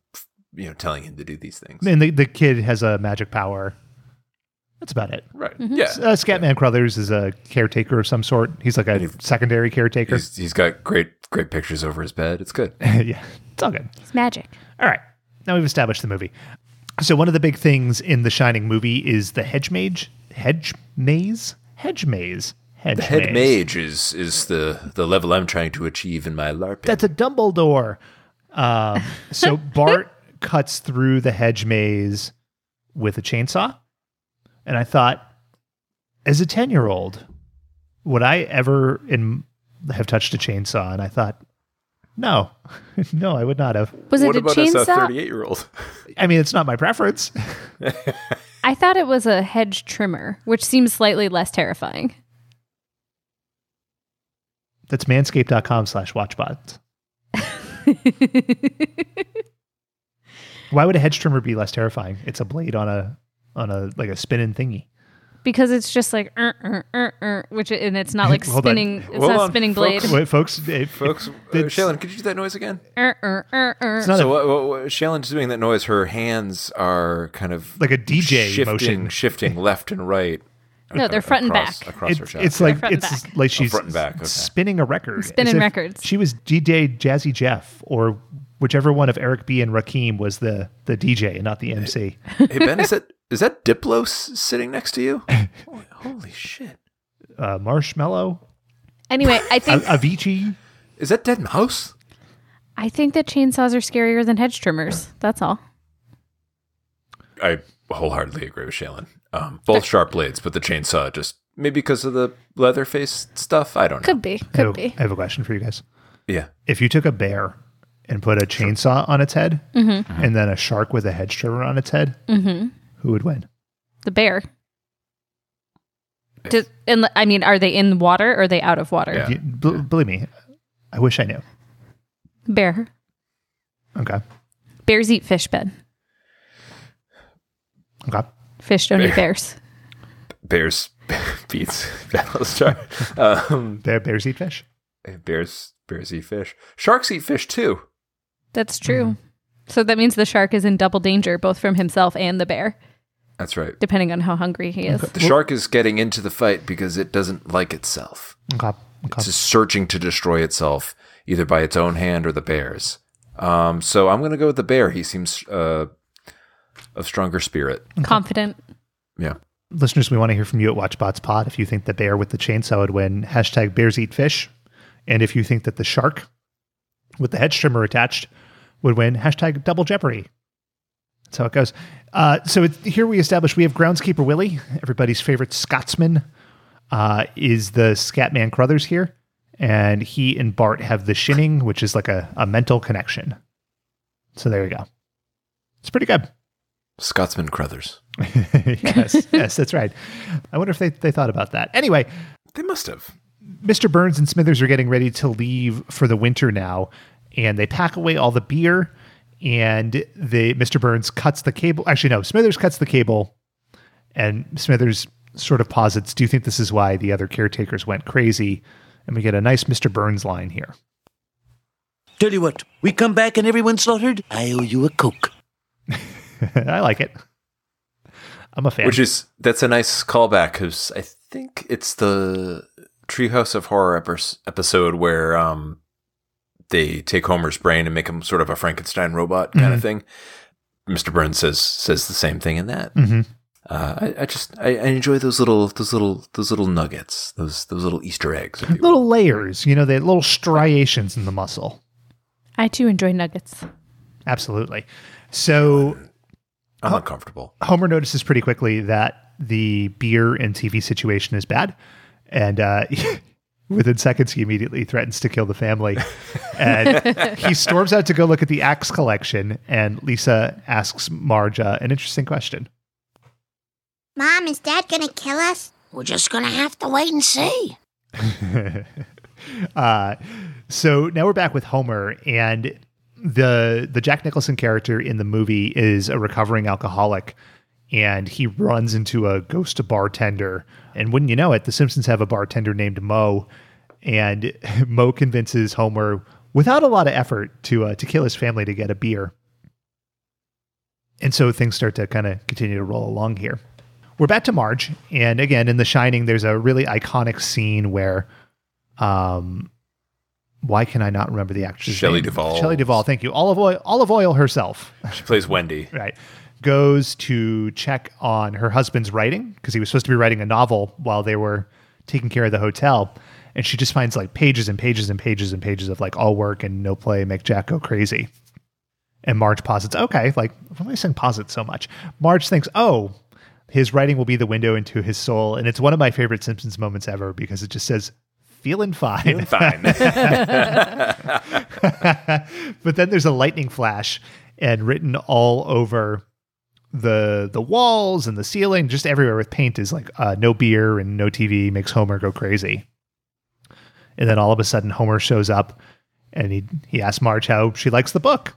you know telling him to do these things.
and the, the kid has a magic power. That's about it.
Right.
Mm-hmm.
Yeah.
Uh, Scatman Crothers is a caretaker of some sort. He's like a secondary caretaker.
He's, he's got great great pictures over his bed. It's good.
yeah, it's all good.
It's magic.
All right. Now we've established the movie. So one of the big things in the Shining movie is the hedge mage, hedge maze, hedge maze, hedge
Head mage is is the the level I'm trying to achieve in my LARPing.
That's a Dumbledore. Um, so Bart cuts through the hedge maze with a chainsaw, and I thought, as a ten-year-old, would I ever in, have touched a chainsaw? And I thought, no, no, I would not have.
Was
what
it a
about us, a
chainsaw?
38 year old?
I mean, it's not my preference.
I thought it was a hedge trimmer, which seems slightly less terrifying.
That's manscaped.com slash watchbot. Why would a hedge trimmer be less terrifying? It's a blade on a on a like a spinning thingy.
because it's just like uh, uh, uh, uh, which and it's not like
Hold on.
spinning it's
Hold
not
on,
a spinning blade
folks.
Wait, folks, eh,
Folks, uh,
It's-
Shaylin, could you do that noise again?
Uh, uh, uh, uh.
it's not
So
a,
what, what, what, Shailen's doing that noise. Her hands are kind of
like a DJ
shifting,
motion.
shifting left and right.
No, they're front and
across-
back.
Across
It-
her chest.
it's like
front and
it's
back.
like she's
front and back, okay.
spinning a record.
Spinning
as if
records.
She was DJ Jazzy Jeff or whichever one of Eric B and Rakim was the the DJ and not the MC.
hey Ben, is that is that Diplo s- sitting next to you? Holy- Holy shit!
Uh, Marshmallow,
anyway i think
Avicii.
Is that Dead Mouse?
i think that chainsaws are scarier than hedge trimmers that's all
I wholeheartedly agree with Shaylin. Um, both sharp blades, but the chainsaw just maybe because of the Leatherface stuff. I don't know.
could be
I
could
have-
be
I have a question for you guys.
Yeah.
if you took a bear and put a chainsaw on its head
Mm-hmm.
Uh-huh.
and then a shark with a hedge trimmer on its head, who would win?
the bear Does, and i mean are they in water or are they out of water
Yeah.
You- bel- believe me, I wish I knew.
bear
Okay.
bears eat fish ben
Okay.
fish don't eat
Bear.
bears
Bears beats Battlestar. Um,
Bear, bears eat fish.
bears bears eat fish. Sharks eat fish too.
that's true so that means the shark is in double danger both from himself and the bear
That's right.
depending on how hungry he is
The shark is getting into the fight because it doesn't like itself.
Okay. okay.
It's searching to destroy itself, either by its own hand or the bear's. Um, so I'm going to go with the bear. He seems uh, of stronger spirit.
confident
Yeah.
Listeners, we want to hear from you at WatchBots Pod. If you think the bear with the chainsaw would win, hashtag bears eat fish. And if you think that the shark with the hedge trimmer attached would win, hashtag double jeopardy. That's how it goes. Uh, so it, here we establish we have groundskeeper Willie, everybody's favorite Scotsman. uh, is the Scatman Crothers here, and he and Bart have the shinning, which is like a, a mental connection. So there we go. It's pretty good.
Scotsman Crothers.
yes, yes, that's right. I wonder if they, they thought about that. Anyway,
They must have.
Mr. Burns and Smithers are getting ready to leave for the winter now, and they pack away all the beer. And they, Mr. Burns cuts the cable. Actually, no, Smithers cuts the cable, and Smithers sort of posits, "Do you think this is why the other caretakers went crazy?" And we get a nice Mr. Burns line here.
Tell you what, we come back and everyone's slaughtered. I owe you a coke.
I like it. I'm a fan.
Which is that's a nice callback because I think it's the Treehouse of Horror epis episode where um, they take Homer's brain and make him sort of a Frankenstein robot kind of thing. Mr. Burns says says the same thing in that.
Mhm.
Uh, I, I just I, I enjoy those little those little those little nuggets those those little Easter eggs. if you will.
little layers, you know, the little striations in the muscle.
I too enjoy nuggets.
Absolutely. So
I'm uncomfortable.
Homer notices pretty quickly that the beer and TV situation is bad, and uh, within seconds he immediately threatens to kill the family. And he storms out to go look at the axe collection, and Lisa asks Marge uh, an interesting question.
Mom, is Dad gonna kill us?
We're just gonna have to wait and see.
Uh, so now we're back with Homer, and the the Jack Nicholson character in the movie is a recovering alcoholic, and he runs into a ghost bartender. And wouldn't you know it, the Simpsons have a bartender named Mo, and Mo convinces Homer without a lot of effort to uh, to kill his family to get a beer. And so things start to kind of continue to roll along here. We're back to Marge, and again in The Shining, there's a really iconic scene where um why can I not remember the actress?
Shelley Duvall.
Shelley Duvall, thank you. Olive oil olive oil herself.
She plays Wendy.
right. Goes to check on her husband's writing, because he was supposed to be writing a novel while they were taking care of the hotel. And she just finds like pages and pages and pages and pages of like all work and no play make Jack go crazy. And Marge posits, okay, like, why am I saying posits so much? Marge thinks, oh, his writing will be the window into his soul. And it's one of my favorite Simpsons moments ever because it just says, feeling fine.
Fine.
but then there's a lightning flash and written all over the the walls and the ceiling just everywhere with paint is like uh, no beer and no tv makes homer go crazy and then all of a sudden homer shows up and he he asks marge how she likes the book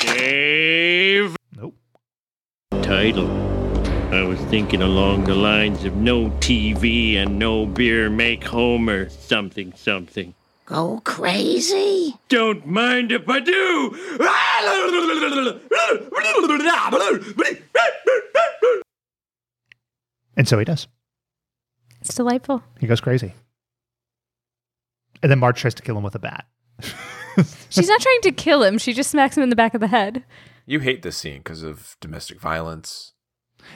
dave nope
title. I was thinking along the lines of no TV and no beer make Homer something something.
Go crazy?
Don't mind if I do.
and so he does
It's delightful.
he goes crazy and then marge tries to kill him with a bat
She's not trying to kill him. She just smacks him in the back of the head.
you hate this scene because of domestic violence.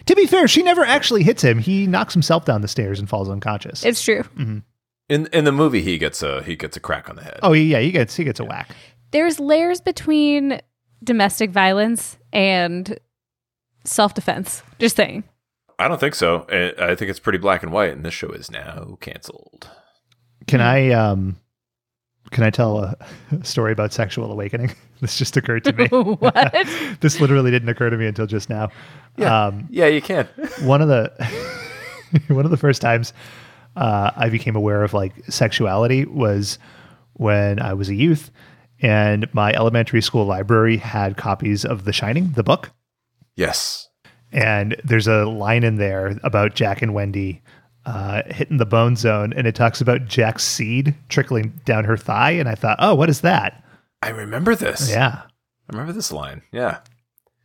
to be fair she never actually hits him he knocks himself down the stairs and falls unconscious
It's true.
In in the movie, he gets a he gets a crack on the head.
Oh yeah, he gets he gets a whack.
There's layers between domestic violence and self defense. Just saying.
I don't think so. I I think it's pretty black and white, and this show is now canceled.
Can I um can I tell a story about sexual awakening? This just occurred to me.
What?
this literally didn't occur to me until just now. Um
Yeah, you can.
one of the one of the first times uh, I became aware of like sexuality was when I was a youth and my elementary school library had copies of The Shining, the book.
Yes.
and there's a line in there about Jack and Wendy uh, hitting the bone zone, and it talks about Jack's seed trickling down her thigh, and I thought, oh, what is that?
I remember this.
Yeah,
I remember this line. Yeah.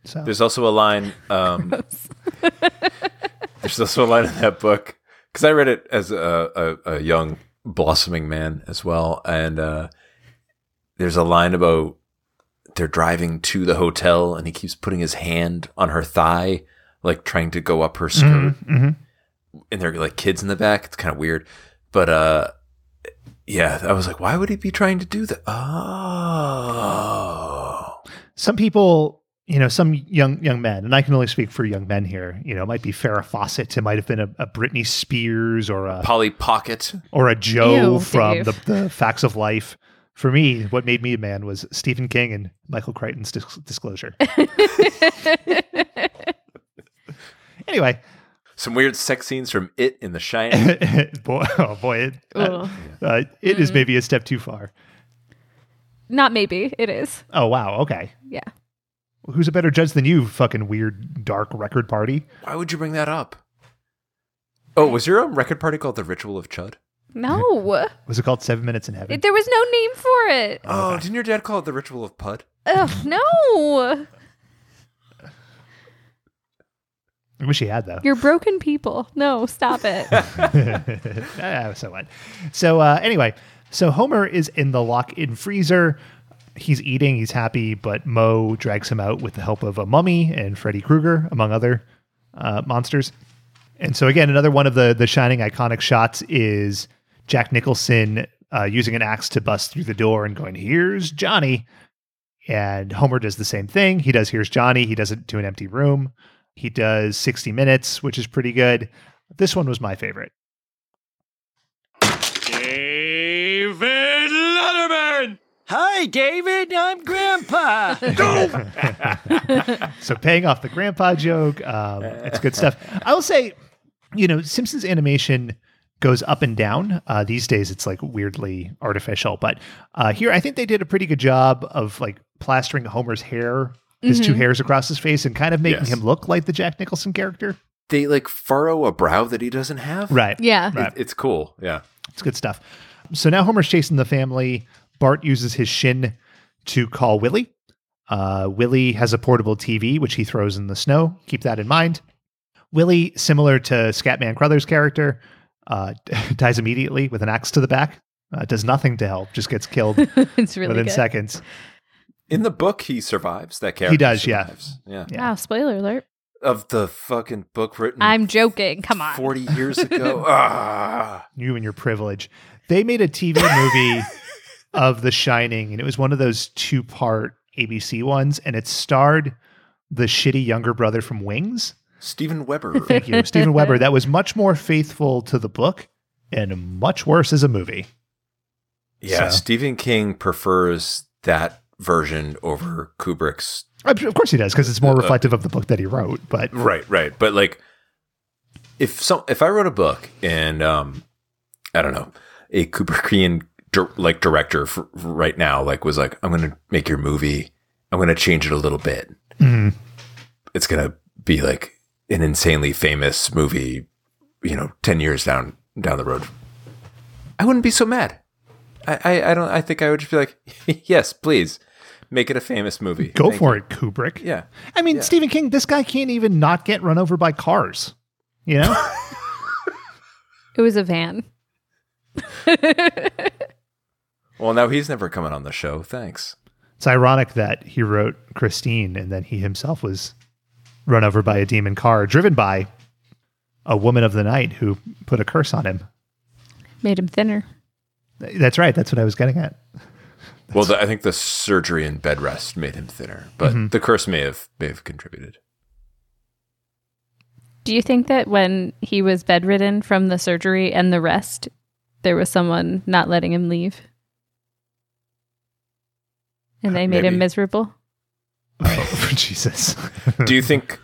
so
There's also a line. Um, there's also a line in that book because I read it as a, a, a young blossoming man as well, and uh, there's a line about they're driving to the hotel, and he keeps putting his hand on her thigh, like trying to go up her skirt,
Mm-hmm,
and they're like kids in the back. It's kind of weird, but uh, yeah, I was like, why would he be trying to do that? Oh,
some people you know, some young young men, and I can only speak for young men here. You know, it might be Farrah Fawcett. It might have been a, a Britney Spears or a
Polly Pocket.
or a Joe
Ew,
from
Dave.
the, the Facts of Life. For me, what made me a man was Stephen King and Michael Crichton's dis- disclosure. anyway,
Some weird sex scenes from It in the Shining.
boy, oh boy, it, uh,
Ugh.
uh, it
Mm-hmm.
is maybe a step too far.
Not maybe. It is.
Oh wow, okay.
Yeah.
Who's a better judge than you? Fucking weird, dark record party.
Why would you bring that up? Oh, was your um, record party called The Ritual of Chud?
No.
Was it called Seven Minutes in Heaven?
It- there was no name for it.
Oh, didn't your dad call it The Ritual of Pud?
Ugh, no.
I wish he had though.
You're broken people. No, stop it.
Ah, so what? So uh, anyway, so Homer is in the lock-in freezer. He's eating. He's happy, but Mo drags him out with the help of a mummy and Freddy Krueger, among other uh, monsters. And so again, another one of the the shining iconic shots is Jack Nicholson uh, using an axe to bust through the door and going, "Here's Johnny." And Homer does the same thing. He does Here's Johnny. He does it to an empty room. He does 60 Minutes, which is pretty good. This one was my favorite.
David Letterman!
Hi, David. I'm Grandpa.
So paying off the grandpa joke, um, it's good stuff. I will say, you know, Simpsons animation goes up and down. Uh, these days, it's like weirdly artificial, but uh, here I think they did a pretty good job of like plastering Homer's hair, his two hairs across his face, and kind of making
Yes.
him look like the Jack Nicholson character.
They like furrow a brow that he doesn't have.
Right.
Yeah.
It- it's cool. Yeah.
It's good stuff. So now Homer's chasing the family. Bart uses his shin to call Willie. Uh, Willie has a portable TV, which he throws in the snow. Keep that in mind. Willie, similar to Scatman Crothers' character, uh, dies immediately with an axe to the back. Uh, does nothing to help, just gets killed
It's really
within
good.
seconds.
In the book, he survives that character.
does, yeah.
survives. yeah.
Yeah.
Wow, spoiler alert.
Of the fucking book written
I'm joking. Come on.
40 years ago. ah.
You and your privilege. They made a TV movie of The Shining, and it was one of those two part ABC ones, and it starred the shitty younger brother from Wings.
Steven Weber.
Thank you, Stephen Weber. That was much more faithful to the book and much worse as a movie.
yeah.
So-
Stephen King prefers that version over Kubrick's.
Of of course he does, because it's more reflective of the book that he wrote. But
Right, right. But like, if some, if I wrote a book and, um, I don't know, a Kubrickian dir- like director for, for right now, like was like, I'm going to make your movie. I'm going to change it a little bit.
Mhm.
it's gonna be like an insanely famous movie, you know, ten years down down the road. I wouldn't be so mad. I I, I don't. I think I would just be like, yes, please, make it a famous movie.
go
Thank
for it, Kubrick.
you." Yeah,
I mean, Stephen King, this guy can't even not get run over by cars. You know?
It was a van.
Well, now he's never coming on the show. Thanks.
it's ironic that he wrote Christine and then he himself was run over by a demon car driven by a woman of the night who put a curse on him.
Made him thinner.
Th- That's right. That's what I was getting at.
Well, the, I think the surgery and bed rest made him thinner, but the curse may have may have contributed.
Do you think that when he was bedridden from the surgery and the rest, there was someone not letting him leave? And they made
Maybe.
him miserable?
Oh, Jesus.
Do you think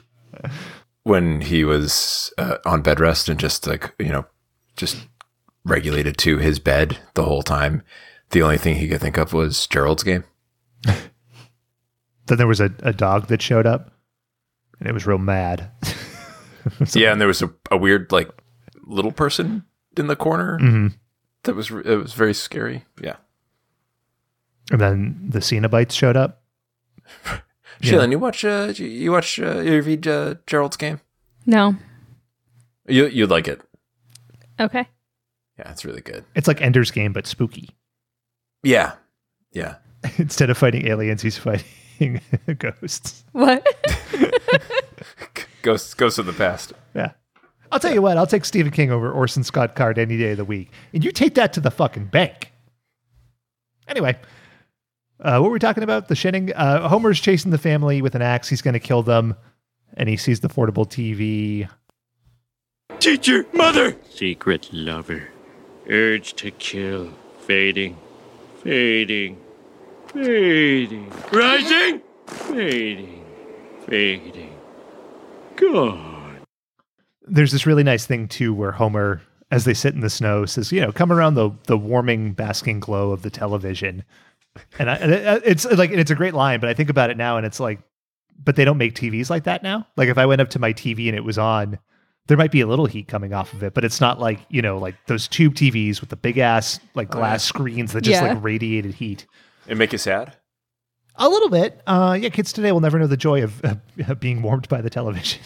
when he was uh, on bed rest and just like, you know, just regulated to his bed the whole time, the only thing he could think of was Gerald's game?
Then there was a, a dog that showed up and it was real mad.
yeah, and there was a, a weird like little person in the corner
mm-hmm.
that was re- it was very scary. Yeah.
And then the Cenobites showed up.
Shailen, you watch uh, you- you watch uh, you read uh, Gerald's game?
No.
You you'd like it.
Okay.
Yeah, it's really good.
It's like Ender's Game, but spooky.
Yeah. Yeah.
Instead of fighting aliens, he's fighting ghosts.
What?
Ghosts ghosts of the past.
Yeah. I'll tell you what, I'll take Stephen King over Orson Scott Card any day of the week. And you take that to the fucking bank. Anyway, Uh, what were we talking about? The shedding. Uh, Homer's chasing the family with an axe. He's going to kill them, and he sees the portable TV.
Teacher, mother! Secret lover. Urge to kill. Fading. Fading. Fading. Rising! Fading. Fading. Gone.
There's this really nice thing too, where Homer, as they sit in the snow, says, "You know, come around the the warming, basking glow of the television." And, I, and it- uh, it's like it's a great line, but I think about it now, and it's like, but they don't make TVs like that now. Like if I went up to my TV and it was on, there might be a little heat coming off of it, but it's not like you know, like those tube TVs with the big ass like glass screens that just
Oh, Yeah.
like radiated heat.
And make you sad?
A little bit. Uh, yeah, kids today will never know the joy of uh, being warmed by the television.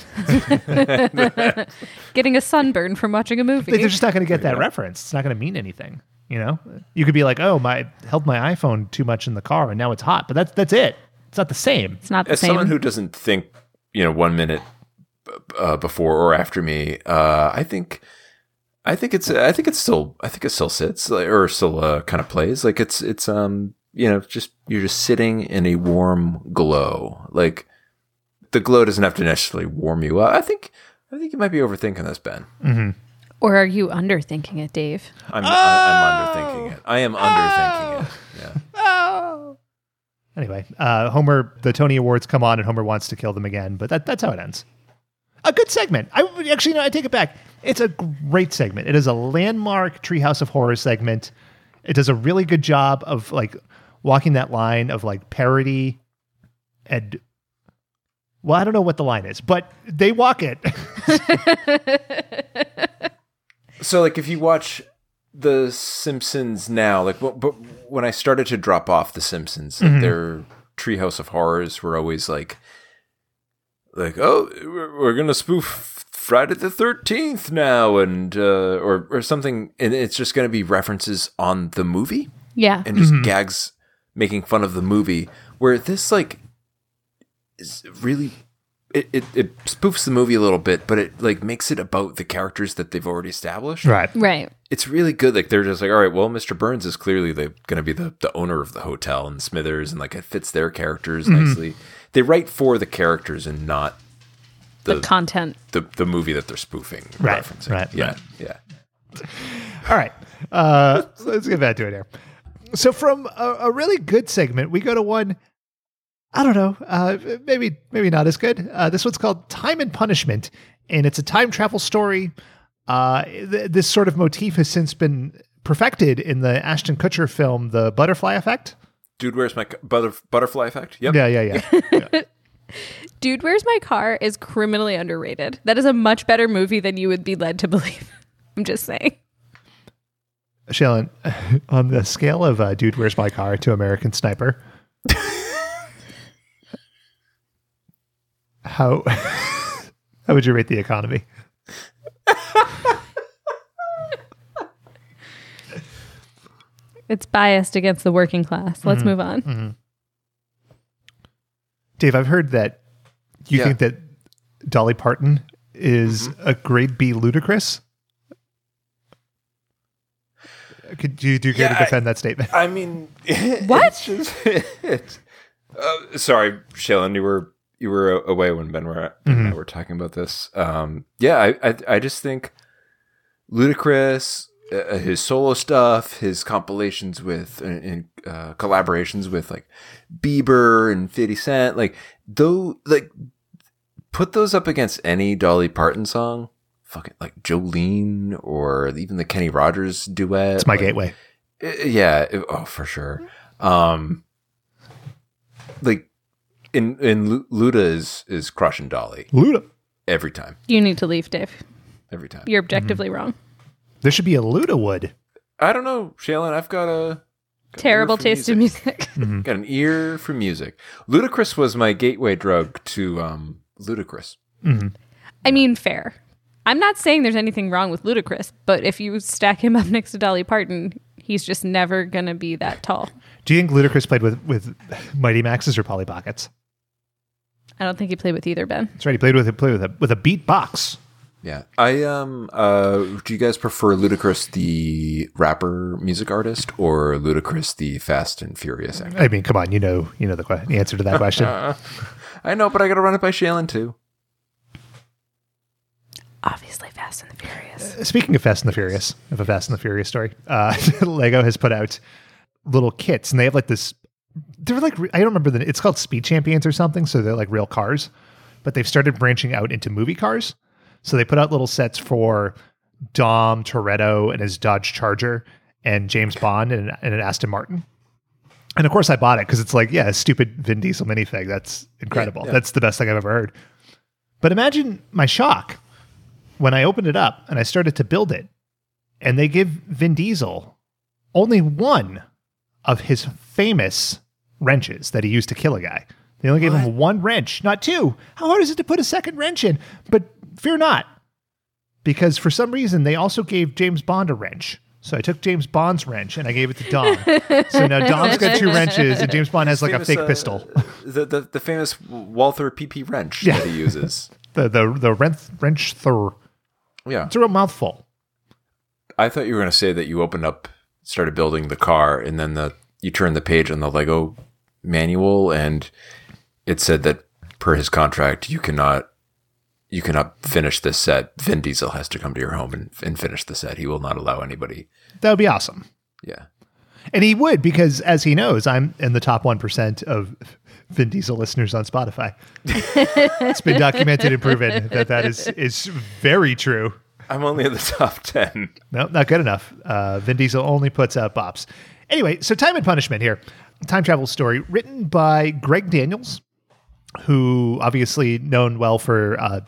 Getting a sunburn from watching a movie.
They're just not going to get that reference. It's not going to mean anything. You know, you could be like, "Oh, my held my iPhone too much in the car, and now it's hot." But that's that's it. It's not the same.
it's not the
As
same.
someone who doesn't think, you know, one minute b- uh, before or after me, uh, I think, I think it's, I think it's still, I think it still sits like, or still uh, kind of plays. Like it's, it's, um, you know, just you're just sitting in a warm glow. Like the glow doesn't have to necessarily warm you up. I think, I think you might be overthinking this, Ben.
or are you underthinking it, Dave?
I'm, I, I'm underthinking it. I am underthinking it. Yeah.
Anyway, uh, Homer, the Tony Awards come on, and Homer wants to kill them again. But that that's how it ends. A good segment. I would- actually no, I take it back. It's a great segment. It is a landmark Treehouse of Horror segment. It does a really good job of like walking that line of like parody and well, I don't know what the line is, but they walk it.
So, like, if you watch The Simpsons now, like, but, but when I started to drop off The Simpsons, like, their Treehouse of Horrors were always like, like, oh, we're, we're gonna spoof Friday the Thirteenth now, and uh, or or something, and it's just gonna be references on the movie
Yeah.
and just gags making fun of the movie. Where this like is really. It, it, it spoofs the movie a little bit, but it like makes it about the characters that they've already established
Right.
Right.
it's really good. Like they're just like, all right, well, Mr. Burns is clearly the going to be the, the owner of the hotel and Smithers, and like it fits their characters
Mm-hmm.
nicely. They write for the characters and not
The,
the
content.
the, the movie that they're spoofing.
Right,
referencing.
right,
yeah,
right.
yeah.
All right. Uh, so let's get back to it here. So, from a, a really good segment, we go to one. I don't know. Uh, maybe maybe not as good. Uh, this one's called Time and Punishment, and it's a time travel story. Uh, th- this sort of motif has since been perfected in the Ashton Kutcher film, The Butterfly Effect.
Dude, where's my c- butter, butterfly effect? Yep.
Yeah, yeah, yeah.
Dude, Where's My Car is criminally underrated. That is a much better movie than you would be led to believe. I'm just saying.
Shailen, on the scale of uh, Dude, Where's My Car to American Sniper, how how would you rate the economy?
It's biased against the working class. Let's move on.
Dave, I've heard that you
Yeah. Mm-hmm.
think that Dolly Parton is a grade B ludicrous. Could you do you care
Yeah,
to
I-
defend that statement?
I mean,
What?
it's just- it's- uh, sorry, Shaylin, you were you were a- away when Ben were Ben
Mm-hmm.
and I were talking about this. Um, yeah, I, I I just think Ludacris, uh, his solo stuff, his compilations with and, and uh, collaborations with like Bieber and Fifty Cent, like though, like put those up against any Dolly Parton song. Fucking like Jolene or even the Kenny Rogers duet.
It's my
like,
gateway.
uh, yeah it- oh for sure um like in in Lu- luda is is crushing dolly
Luda.
every time
You need to leave, Dave.
every time
You're objectively wrong.
There should be a Luda Wood.
i don't know shaylin i've got a
Terrible
for
taste in music.
got an ear for music ludacris was my gateway drug to um ludacris
I mean, fair. I'm not saying there's anything wrong with Ludacris, but if you stack him up next to Dolly Parton, he's just never going to be that tall.
Do you think Ludacris played with with Mighty Maxes or Polly Pockets?
I don't think he played with either, Ben.
That's right. He played with he played with a with a beatbox.
Yeah. I um uh do you guys prefer Ludacris the rapper music artist or Ludacris the fast and furious actor?
I mean, come on, you know, you know the, que- the answer to that question.
Mm-hmm.
I know, but I gotta run it by Shailen too.
Obviously, Fast and the Furious.
Speaking of Fast and the Furious, of a Fast and the Furious story, uh, Lego has put out little kits, and they have like this. They're like re- I don't remember the. It's called Speed Champions or something. So they're like real cars, but they've started branching out into movie cars. So they put out little sets for Dom Toretto and his Dodge Charger, and James Bond and, and an Aston Martin. And of course, I bought it because it's like, yeah, a stupid Vin Diesel minifig. That's incredible. That's the best thing I've ever heard. But imagine my shock when I opened it up and I started to build it, and they give Vin Diesel only one of his famous wrenches that he used to kill a guy. They only gave him one wrench, not two. How hard is it to put a second wrench in? But fear not, because for some reason they also gave James Bond a wrench. So I took James Bond's wrench and I gave it to Dom. so now Dom's got two wrenches and James Bond has like a
Famous,
fake
uh,
pistol.
The, the the famous Walther PP wrench that he uses.
The the the wrench wrench thur.
Yeah.
It's a real mouthful.
I thought you were going to say that you opened up, started building the car, and then the you turned the page on the Lego manual, and it said that per his contract, you cannot you cannot finish this set. Vin Diesel has to come to your home and, and finish the set. He will not allow anybody.
That would be awesome.
Yeah,
And he would because, as he knows, I'm in the top 1% of Vin Diesel listeners on Spotify. it's been documented and proven that that is, is very true.
I'm only in the top ten.
No, not good enough. Uh, Vin Diesel only puts out bops. Anyway, so Time and Punishment here. Time travel story written by Greg Daniels, who obviously known well for uh,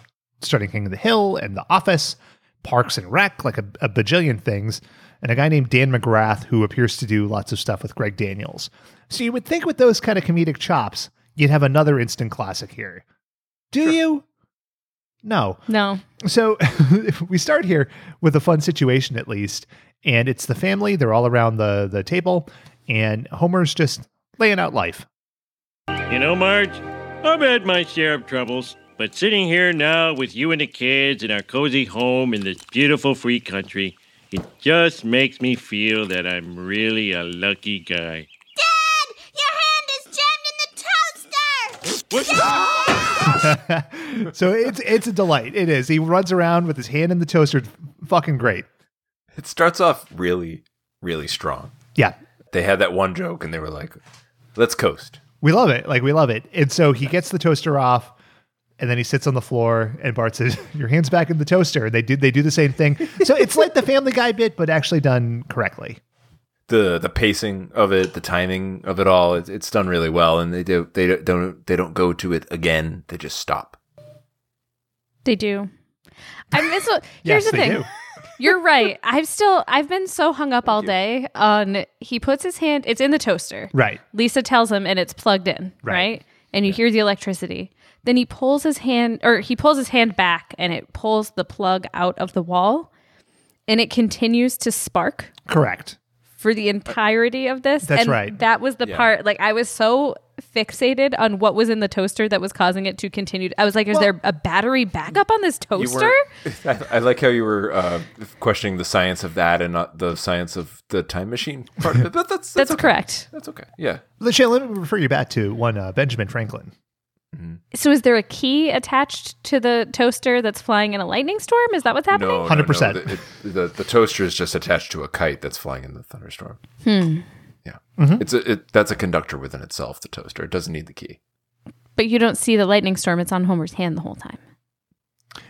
starting King of the Hill and The Office, Parks and Rec, like a, a bajillion things, and a guy named Dan McGrath who appears to do lots of stuff with Greg Daniels. So you would think with those kind of comedic chops, you'd have another instant classic here. Do you? No.
No.
So we start here with a fun situation, at least, and it's the family. They're all around the the table, and Homer's just laying out life.
You know, Marge, I've had my share of troubles, but sitting here now with you and the kids in our cozy home in this beautiful free country, it just makes me feel that I'm really a lucky guy.
Dad, your hand is jammed in the toaster.
What?
So it's it's a delight. It is. He runs around with his hand in the toaster. Fucking great.
It starts off really, really strong.
Yeah,
They had that one joke, and they were like, "Let's coast."
we love it. Like we love it. And so he gets the toaster off. And then he sits on the floor, and Bart says, "Your hands back in the toaster." And they do they do the same thing. So it's like the Family Guy bit, but actually done correctly.
the the pacing of it, the timing of it all, it, it's done really well. And they do they don't they don't go to it again. They just stop.
They do. I miss what here's
Yes,
the
they
thing.
do.
You're right. I've still I've been so hung up all day on he puts his hand it's in the toaster.
Right.
Lisa tells him and it's plugged in,
Right.
right? And you hear the electricity. Then he pulls his hand or he pulls his hand back and it pulls the plug out of the wall and it continues to spark
Correct.
for the entirety of this.
That's
and
right.
That was the part like I was so fixated on what was in the toaster that was causing it to continue. I was like, is there a battery backup on this
You
toaster?
weren't- I, I like how you were uh, questioning the science of that and not the science of the time machine part. But that's that's,
That's
okay.
correct.
That's okay. Yeah.
Shane, let me refer you back to one uh, Benjamin Franklin.
So is there a key attached to the toaster that's flying in a lightning storm? Is that what's happening?
No,
100%.
No, no. The, it- the the toaster is just attached to a kite that's flying in the thunderstorm. Hmm. Yeah. It's a it, that's a conductor within itself. The toaster. It doesn't need the key.
But you don't see the lightning storm. It's on Homer's hand the whole time.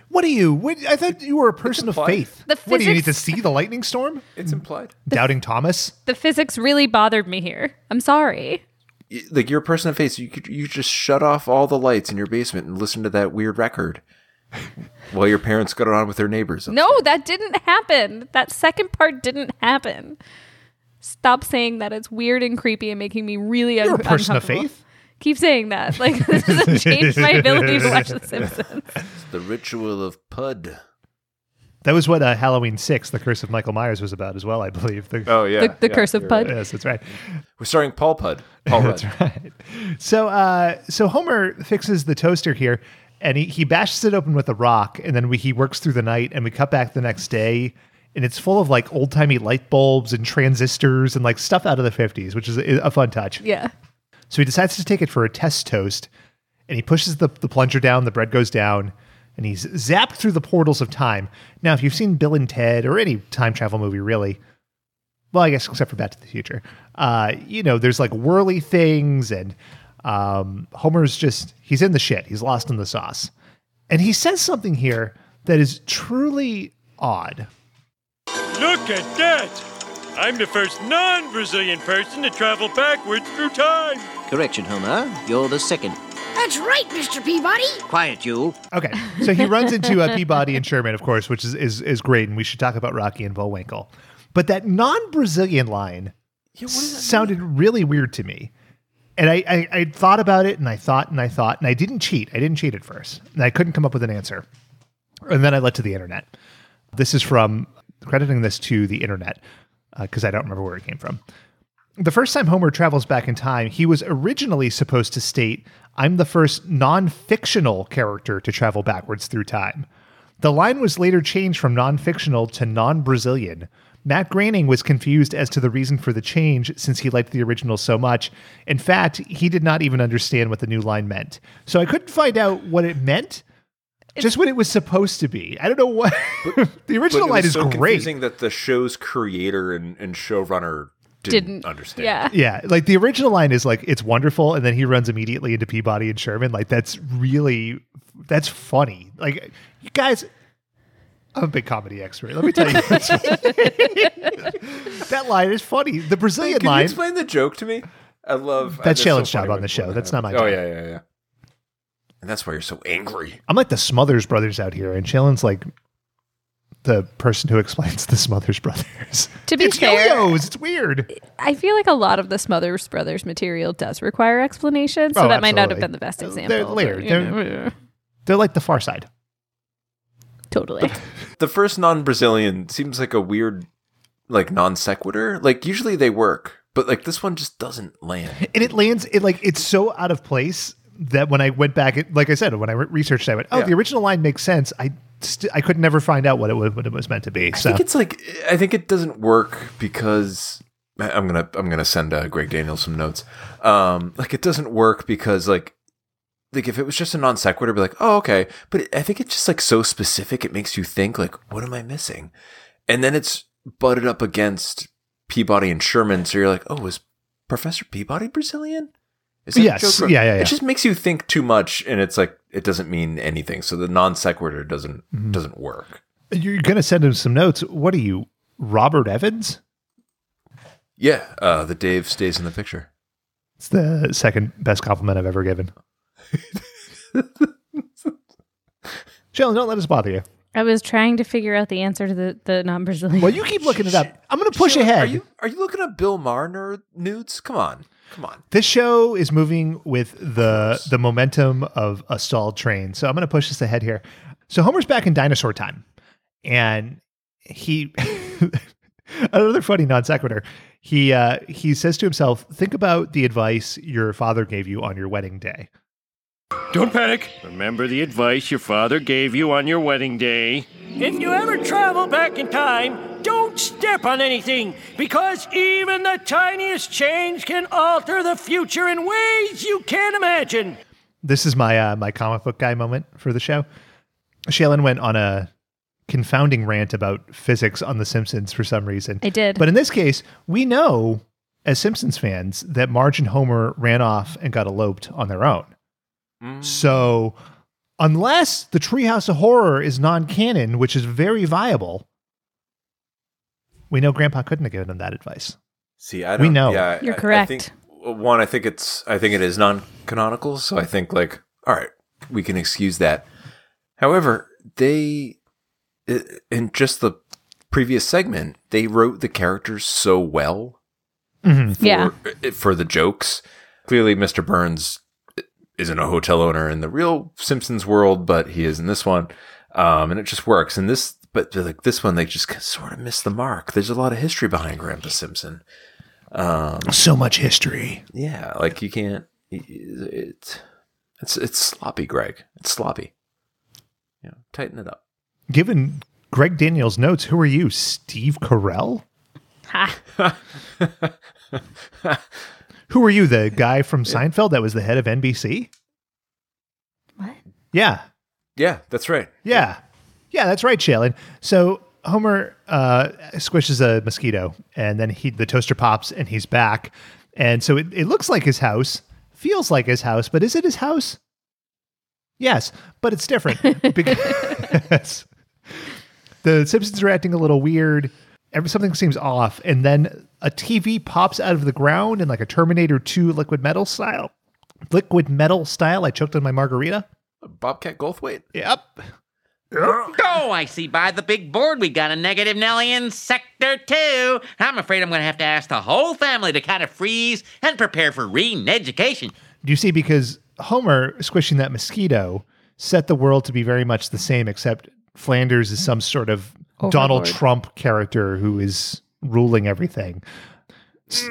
What are you? What, I thought you were a person of
implied.
faith.
The
what do you need to
physics-
see the lightning storm?
It's implied.
Doubting Thomas.
The physics really bothered me here. I'm sorry.
y- like you're a person of faith. so You could you just shut off all the lights in your basement and listen to that weird record while your parents got on with their neighbors.
No, that didn't happen. That second part didn't happen. Stop saying that. It's weird and creepy and making me really un-
You're a person of
uncomfortable.
faith.
Keep saying that. Like this doesn't change my ability to watch The Simpsons.
the ritual of Pud.
That was what uh, Halloween Six: The Curse of Michael Myers was about as well, I believe. The-
Oh yeah,
the the curse of Bud.
Yes, that's right.
We're starting Paul Pud. Paul Rudd.
So, uh, so Homer fixes the toaster here, and he, he bashes it open with a rock and then we, he works through the night and we cut back the next day and it's full of like old-timey light bulbs and transistors and like stuff out of the 50s which is a, a fun touch
Yeah.
so he decides to take it for a test toast and he pushes the, the plunger down, the bread goes down, and he's zapped through the portals of time. Now, if you've seen Bill and Ted or any time travel movie, really, well, I guess except for Back to the Future, uh, you know, there's like whirly things, and um, Homer's just, he's in the shit. He's lost in the sauce. And he says something here that is truly odd.
Look at that! I'm the first non Brazilian person to travel backwards through time!
Correction, Homer. You're the second.
That's right, Mr. Peabody.
Quiet, you.
Okay, so he runs into uh, Peabody and Sherman, of course, which is, is is great, and we should talk about Rocky and Bullwinkle. But that non-Brazilian line sounded really weird to me, and I, I I thought about it, and I thought, and I thought, and I didn't cheat. I didn't cheat at first, and I couldn't come up with an answer. And then I led to the internet. This is from crediting this to the internet because I don't remember where it came from. The first time Homer travels back in time, he was originally supposed to state, I'm the first non fictional character to travel backwards through time. The line was later changed from non fictional to non Brazilian. Matt Groening was confused as to the reason for the change since he liked the original so much. In fact, he did not even understand what the new line meant. So I couldn't find out what it meant, just what it was supposed to be. I don't know what. the
But
original
it
line
was
is
so
great.
confusing that the show's creator and, and showrunner didn't, understand.
Yeah.
Yeah, like the original line is like it's wonderful, and then he runs immediately into Peabody and Sherman. Like that's really that's funny. Like you guys, I'm a big comedy expert. Let me tell you, this. that line is funny. The Brazilian
Can you
line.
explain the joke to me? I love
That's
I-
Shailen's
funny
job
when-
on the show.
when
That's
that
not my
happens.
job.
Oh yeah, yeah, yeah. And that's why you're so angry.
I'm like the Smothers Brothers out here, and Shailen's like the person who explains the Smothers Brothers.
To be
it's
fair-
yo-yos. It's weird.
I feel like a lot of the Smothers Brothers material does require explanation, so
Oh,
that might not have
absolutely.
been the best
Uh,
example.
they're
but,
layered.
you
They're-
know,
They're like the Far Side.
totally.
The first non-Brazilian seems like a weird, like non sequitur. Like usually they work, but like this one just doesn't land.
and it lands it like it's so out of place that when I went back, it, like I said, when I re- researched, it, I went, "Oh,
Yeah.
the original line makes sense." I st- I could never find out what it was what it was meant to be.
I
So
think it's like I think it doesn't work because I- I'm gonna I'm gonna send uh, Greg Daniels some notes. Um, like it doesn't work because like like if it was just a non sequitur, it'd be like oh okay. But it, I think it's just like so specific, it makes you think like what am I missing? And then it's butted up against Peabody and Sherman, so you're like oh is Professor Peabody Brazilian? Is a
Yes.
joke?
Yeah, yeah, yeah.
It just makes you think too much, and it's like it doesn't mean anything. So the non sequitur doesn't
Mm-hmm.
doesn't work.
you're gonna send him some notes. What are you, Robert Evans?
Yeah, uh, the Dave stays in the picture.
It's the second best compliment I've ever given. Shailen, don't let us bother you.
I was trying to figure out the answer to the, the non Brazilian.
Well, you keep looking it up. I'm gonna push
Sheila,
ahead.
Are you are you looking at Bill Maher ner- nudes? Come on, come on.
this show is moving with the the momentum of a stalled train. So I'm going to push this ahead here. So Homer's back in dinosaur time, and he another funny non sequitur. He uh, he says to himself, "Think about the advice your father gave you on your wedding day."
Don't panic. Remember the advice your father gave you on your wedding day. If you ever travel back in time, don't step on anything, because even the tiniest change can alter the future in ways you can't imagine.
This is my uh, my comic book guy moment for the show. Shailen went on a confounding rant about physics on The Simpsons for some reason.
I did.
But in this case, we know as Simpsons fans that Marge and Homer ran off and got eloped on their own. So, unless the Treehouse of Horror is non canon, which is very viable, we know Grandpa couldn't have given him that advice.
See, I don't.
We know.
Yeah,
You're
I-
correct.
I think, one, I think it's I think it is non canonical, so I think like all right, we can excuse that. However, they i- in just the previous segment, they wrote the characters so well for, eh,
Yeah.
for the jokes. Clearly, Mr. Burns isn't a hotel owner in the real Simpsons world, but he is in this one, um, and it just works. And this, but like this one, they just sort of missed the mark. There's a lot of history behind Grandpa Simpson.
So much history.
Yeah, like you can't. It's. It's it's sloppy, Greg. It's sloppy. Yeah, tighten it up.
Given Greg Daniels' notes, who are you, Steve Carell?
Ha.
Who are you, the guy from Seinfeld that was the head of NBC?
What?
Yeah,
Yeah, that's right.
yeah, yeah. That's right, Shaylin. So Homer uh, squishes a mosquito, and then he the toaster pops, and he's back. And so it, it looks like his house, feels like his house, but is it his house? Yes, but it's different because the Simpsons are acting a little weird. Every, something seems off, and then a TV pops out of the ground in like a Terminator 2 liquid metal style. Liquid metal style. I choked on my margarita.
Bobcat Goldthwait.
Yep.
Oh, I see by the big board we got a negative Nelly in Sector 2. I'm afraid I'm going to have to ask the whole family to kind of freeze and prepare for reading education.
You see, because Homer squishing that mosquito set the world to be very much the same, except Flanders is some sort of Donald Trump character who is ruling everything.
mm,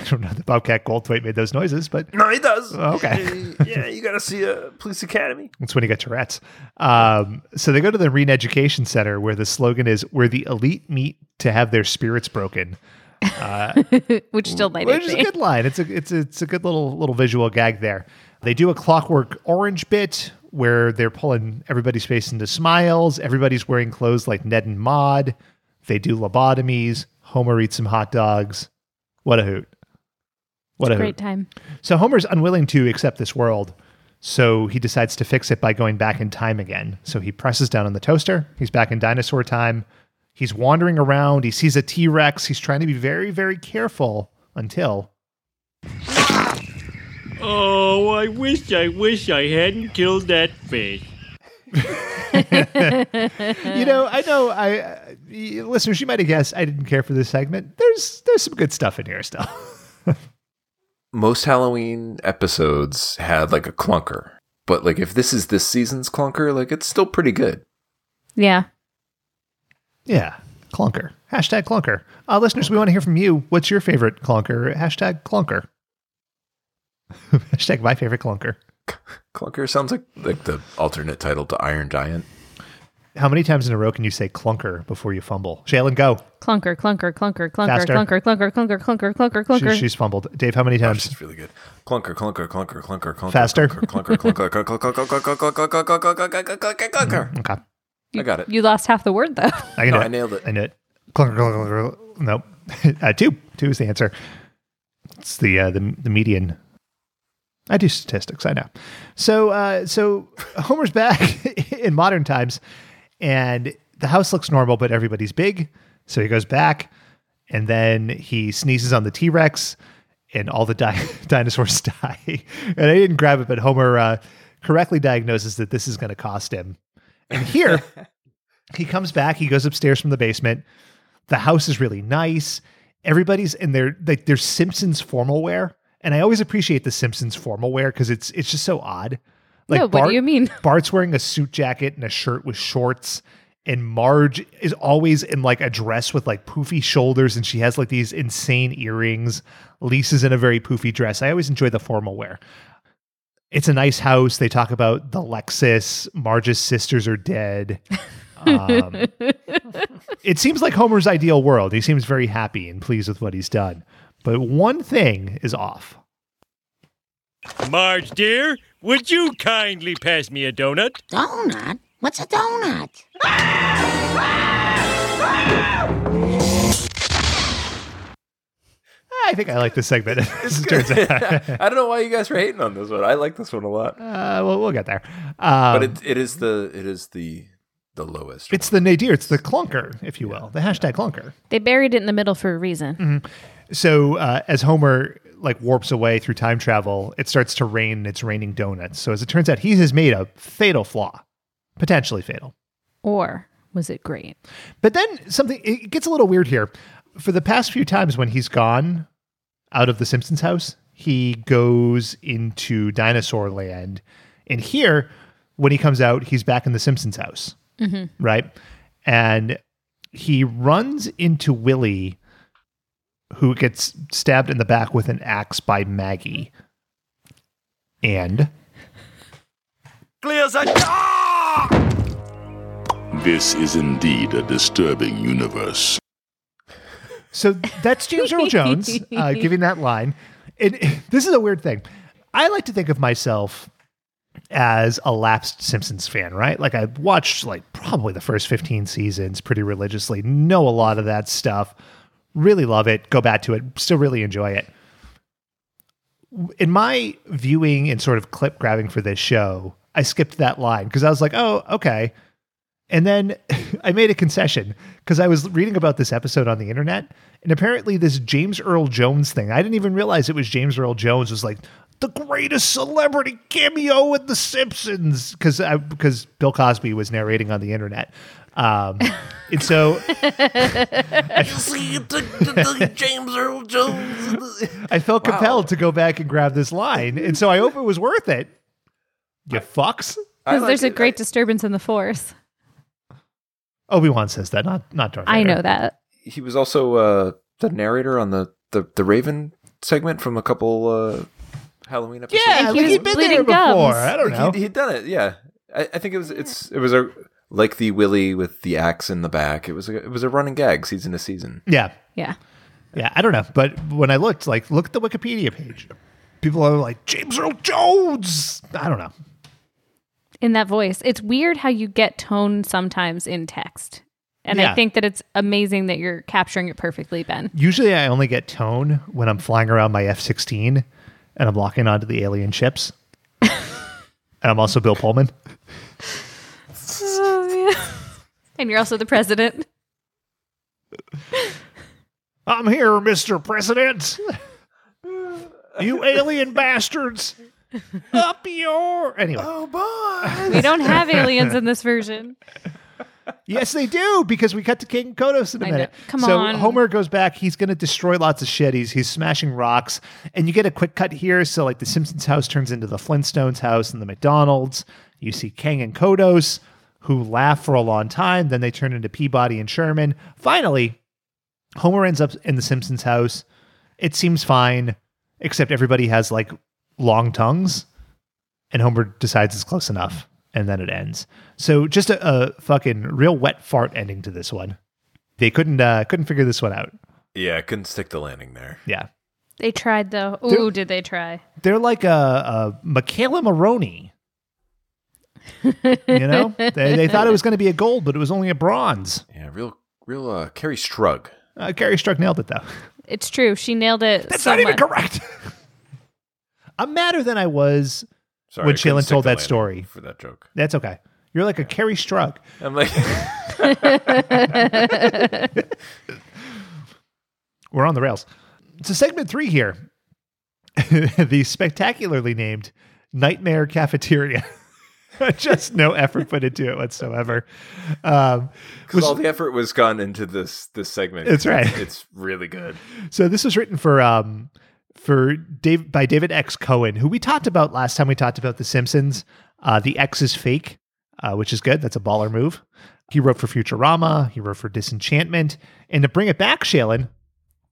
It's more like a Bobcat Goldthwait. I don't know that Bobcat Goldthwait made those noises, but
No, he does.
okay.
yeah, you gotta see a police academy.
That's when he got Tourette's. Um, so they go to the Reen Education Center where the slogan is where the elite meet to have their spirits broken.
Which still might
Which is a
be.
good line. It's a it's a, it's a good little little visual gag there. They do a clockwork orange bit where they're pulling everybody's face into smiles. Everybody's wearing clothes like Ned and Maud. They do lobotomies. Homer eats some hot dogs. What a hoot! What a
Great
hoot!
time.
So Homer's unwilling to accept this world, so he decides to fix it by going back in time again. So he presses down on the toaster. He's back in dinosaur time. He's wandering around. He sees a T Rex. He's trying to be very, very careful until
Oh, I wish, I wish I hadn't killed that fish.
you know. I know. I uh, y- listeners, you might have guessed I didn't care for this segment. There's there's some good stuff in here still.
Most Halloween episodes had like a clunker, but like if this is this season's clunker, like it's still pretty good.
Yeah.
yeah, clunker. Hashtag clunker. Uh, listeners, we want to hear from you. What's your favorite clunker? Hashtag clunker. Hashtag my favorite clunker.
Clunker sounds like like the alternate title to Iron Giant.
How many times in a row can you say clunker before you fumble? Shaylin, go.
Clunker, clunker, clunker, clunker,
Faster.
clunker, clunker, clunker, clunker, clunker,
She-
clunker.
she's fumbled. Dave, how many times?
It's really good. Clunker, clunker, clunker, clunker, clunker.
Faster.
Clunker, clunker, clunker, clunker, clunker, clunker, clunker, clunker, clunker, clunker, clunker.
Okay.
I got it.
You lost half the word though.
I, can
No,
do
I nailed it.
I knew it. Clunker, clunker, clunker. Nope. uh, two. Two is the answer. It's the, uh, the the median. I do statistics. I know. So uh, so Homer's back in modern times, and the house looks normal, but everybody's big. So he goes back, and then he sneezes on the T Rex, and all the di- dinosaurs die. and I didn't grab it, but Homer uh, correctly diagnoses that this is going to cost him. And here. He comes back. He goes upstairs from the basement. The house is really nice. Everybody's in their like their Simpsons formal wear, and I always appreciate the Simpsons formal wear because it's it's just so odd. Like
No, what do you mean?
Bart's wearing a suit jacket and a shirt with shorts, and Marge is always in like a dress with like poofy shoulders, and she has like these insane earrings. Lisa's in a very poofy dress. I always enjoy the formal wear it's a nice house. They talk about the Lexus. Marge's sisters are dead. Um, it seems like Homer's ideal world. He seems very happy and pleased with what he's done. But one thing is off.
Marge, dear, would you kindly pass me a donut?
Donut? What's a donut?
I think I like this segment. As it turns out,
I don't know why you guys were hating on this one. I like this one a lot.
uh, we'll, we'll get there. Um,
But it it is the it is the the lowest.
it's the nadir. It's the clunker, if you will, the hashtag clunker.
They buried it in the middle for a
Mm-hmm.
reason.
So uh, as Homer like warps away through time travel, it starts to rain. and It's raining donuts. So as it turns out, he has made a fatal flaw, potentially fatal.
Or was it great?
But then something it gets a little weird here. For the past few times when he's gone out of the Simpsons house, he goes into dinosaur land. And here, when he comes out, he's back in the Simpsons house. Right? And he runs into Willie who gets stabbed in the back with an axe by Maggie. And
Clears a
This is indeed a disturbing universe.
so that's James Earl Jones uh, giving that line. And this is a weird thing. I like to think of myself as a lapsed Simpsons fan, right? Like I watched like probably the first 15 seasons pretty religiously, know a lot of that stuff, really love it, go back to it, still really enjoy it. In my viewing and sort of clip grabbing for this show, I skipped that line because I was like, oh, okay. And then I made a concession because I was reading about this episode on the internet. And apparently, this James Earl Jones thing, I didn't even realize it was James Earl Jones, was like the greatest celebrity cameo in The Simpsons because because Bill Cosby was narrating on the internet. Um, and so
James Earl Jones.
I felt compelled to go back and grab this line. And so I hope it was worth it. You fucks.
Because there's a great disturbance in the force.
Obi Wan says that, not not Darth.
I
Vader.
know that.
He was also uh, the narrator on the, the, the Raven segment from a couple uh, Halloween episodes.
Yeah,
And
like
he
he'd
was
been there
bleeding
before.
gums.
I don't know.
Like, He'd, he'd done it. Yeah, I, I think it was. It's it was a like the Willy with the axe in the back. It was a, it was a running gag season to season.
yeah,
Yeah.
yeah. I don't know. But when I looked, like, look at the Wikipedia page. People are like James Earl Jones. I don't know.
in that voice. It's weird how you get tone sometimes in text. And
Yeah.
I think that it's amazing that you're capturing it perfectly, Ben.
Usually, I only get tone when I'm flying around my F sixteen and I'm locking onto the alien ships. and I'm also Bill Pullman.
And you're also the president.
I'm here, Mr. President. you alien bastards. Up your anyway.
We don't have aliens in this version.
Yes, they do because we cut to King Kodos in a
I know.
minute.
Come
so
on.
Homer goes back. He's going to destroy lots of shit. He's he's smashing rocks, and you get a quick cut here. So like the Simpsons house turns into the Flintstones house and the McDonald's. You see Kang and Kodos who laugh for a long time. Then they turn into Peabody and Sherman. Finally, Homer ends up in the Simpsons house. It seems fine, except everybody has like long tongues and Homer decides it's close enough, and then it ends. So just a, a fucking real wet fart ending to this one. They couldn't uh, couldn't figure this one out.
Yeah, I couldn't stick the landing there.
Yeah,
They tried though.
They're-
Ooh, did they try?
they're like a, a Michaela Maroney. you know, they, they thought it was going to be a gold, but it was only a bronze.
Yeah, real real uh, Carrie Strug.
Uh, Gary Struck nailed it though.
It's true. She nailed it.
That's
so
not even
much.
correct. I'm madder than I was.
Sorry,
When
I couldn't
Shailen
stick
told
the
that
landing
story.
for that joke,
That's okay. You're like a Carrie Struck.
I'm like,
We're on the rails. So segment three here, the spectacularly named Nightmare Cafeteria. Just no effort put into it whatsoever. Um,
because all the effort was gone into this this segment.
That's right.
It's, it's really good.
so this was written for um, for Dave by David X Cohen, who we talked about last time we talked about The Simpsons. Uh, the X is fake, uh, which is good. That's a baller move. He wrote for Futurama. He wrote for Disenchantment, and to bring it back, Shailen,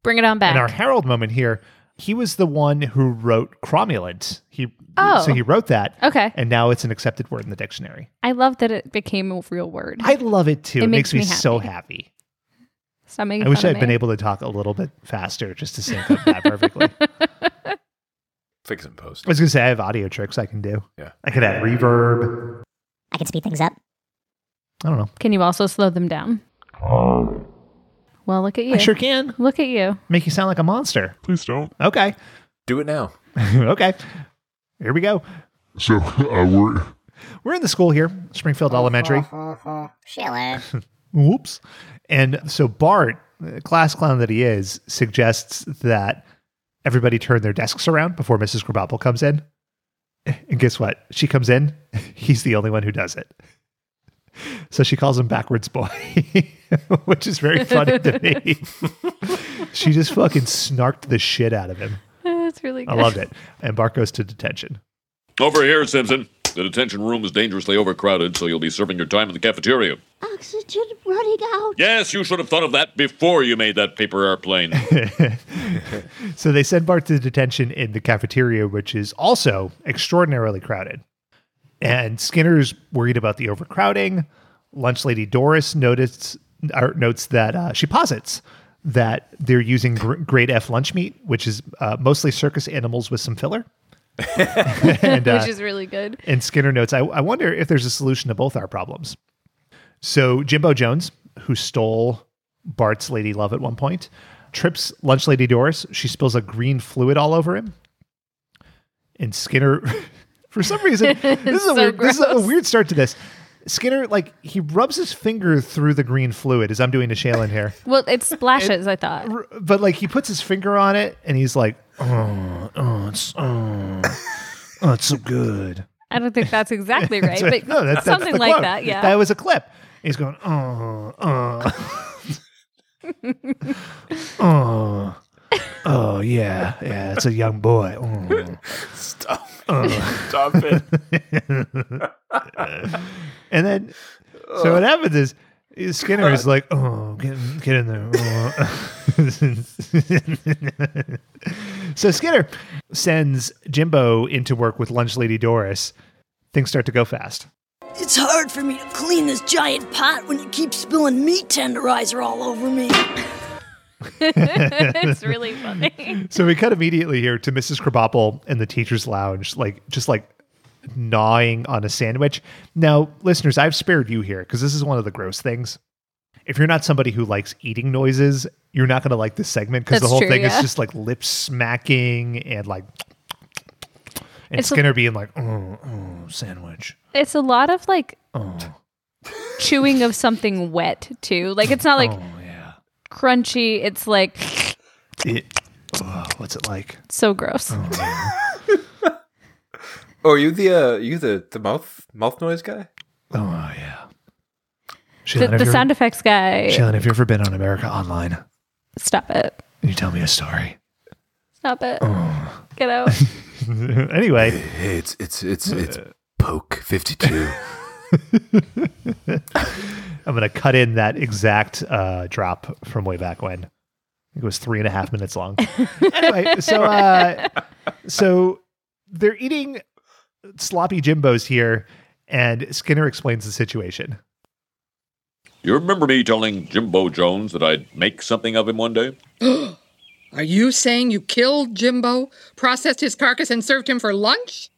Bring it on back.
in our Harold moment here, he was the one who wrote cromulent. He
Oh.
so he wrote that.
Okay.
And now it's an accepted word in the dictionary.
I love that it became a real word.
I love it too. It,
It
makes,
makes
me,
me
so happy.
Stop making
I wish
fun of
I'd been
me.
able to talk a little bit faster just to sync up that perfectly. I
Fix and post.
was gonna say I have audio tricks I can do.
Yeah.
I could add reverb.
I can speed things up.
I don't know.
Can you also slow them down? Well, look at you.
I sure can.
Look at you.
Make you sound like a monster.
Please don't.
Okay.
Do it now.
okay. Here we go.
So, uh, we're.
We're in the school here, Springfield Elementary.
Shailen.
Whoops. And so Bart, uh, class clown that he is, suggests that everybody turn their desks around before Mrs. Krabappel comes in. And guess what? She comes in. He's the only one who does it. So she calls him backwards boy, which is very funny to me. she just fucking snarked the shit out of him.
That's really good.
I loved it. And Bart goes to detention.
Over here, Simpson.
The detention room is dangerously overcrowded, so you'll be serving your time in the cafeteria.
Oxygen running out.
Yes, you should have thought of that before you made that paper airplane.
So they send Bart to detention in the cafeteria, which is also extraordinarily crowded. And Skinner's worried about the overcrowding. Lunch lady Doris noticed, or notes that uh, she posits that they're using gr- grade F lunch meat, which is uh, mostly circus animals with some filler. and, uh,
which is really good.
and Skinner notes, I, I wonder if there's a solution to both our problems. So Jimbo Jones, who stole Bart's lady love at one point, trips lunch lady Doris. She spills a green fluid all over him. And Skinner, for some reason, this is, a
So
weird, this is a
gross.
weird start to this. Skinner, like, he rubs his finger through the green fluid as I'm doing to Shaylin here.
Well, it splashes. I thought.
But, like, he puts his finger on it and he's like, oh, oh, it's, oh, oh, it's so good.
I don't think that's exactly right,
That's what-
but
no, that's- that's
something
the
like
quote.
that. Yeah.
That was a clip. He's going, oh, oh, oh, oh, yeah, yeah, it's a young boy. Oh.
Stop.
Oh.
Stop it.
and then, so what happens is is Skinner is like, oh, get, get in there. Uh. oh." so Skinner sends Jimbo into work with lunch lady Doris. Things start to go fast.
It's hard for me to clean this giant pot when you keep spilling meat tenderizer all over me.
it's really funny.
So we cut immediately here to Mrs. Krabappel in the teacher's lounge, like just like gnawing on a sandwich. Now, listeners, I've spared you here because this is one of the gross things. If you're not somebody who likes eating noises, you're not going to like this segment because the
That's
whole
true,
thing
yeah.
is just like lip smacking and like, and
It's a-
Skinner being like, oh, oh, sandwich.
It's a lot of like
Oh.
chewing of something wet too. Like it's not
Oh.
like crunchy. It's like
It, oh, what's it like?
so gross.
Oh, are you the uh, are you the, the mouth mouth noise guy?
Oh yeah.
the the sound effects guy.
Shaylin, have you ever been on America Online?
Stop it.
Can you tell me a story?
Stop it.
Oh.
Get out.
anyway,
it's it's it's it's poke fifty two.
I'm going to cut in that exact uh, drop from way back when. I think It was three and a half minutes long. anyway, so uh, so they're eating sloppy Jimbos here, and Skinner explains the situation.
you remember me telling Jimbo Jones that I'd make something of him one day?
Are you saying you killed Jimbo, processed his carcass, and served him for lunch?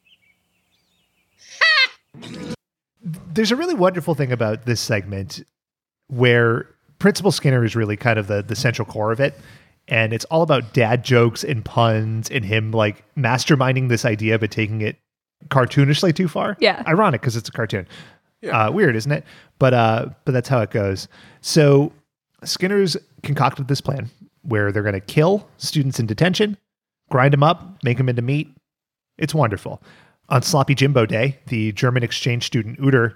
There's a really wonderful thing about this segment where Principal Skinner is really kind of the the central core of it. And it's all about dad jokes and puns and him like masterminding this idea but taking it cartoonishly too far.
Yeah.
Ironic because it's a cartoon. Uh, weird, isn't it? But uh, but that's how it goes. So Skinner's concocted this plan where they're going to kill students in detention, grind them up, make them into meat. It's wonderful. On Sloppy Jimbo Day, the German exchange student Uter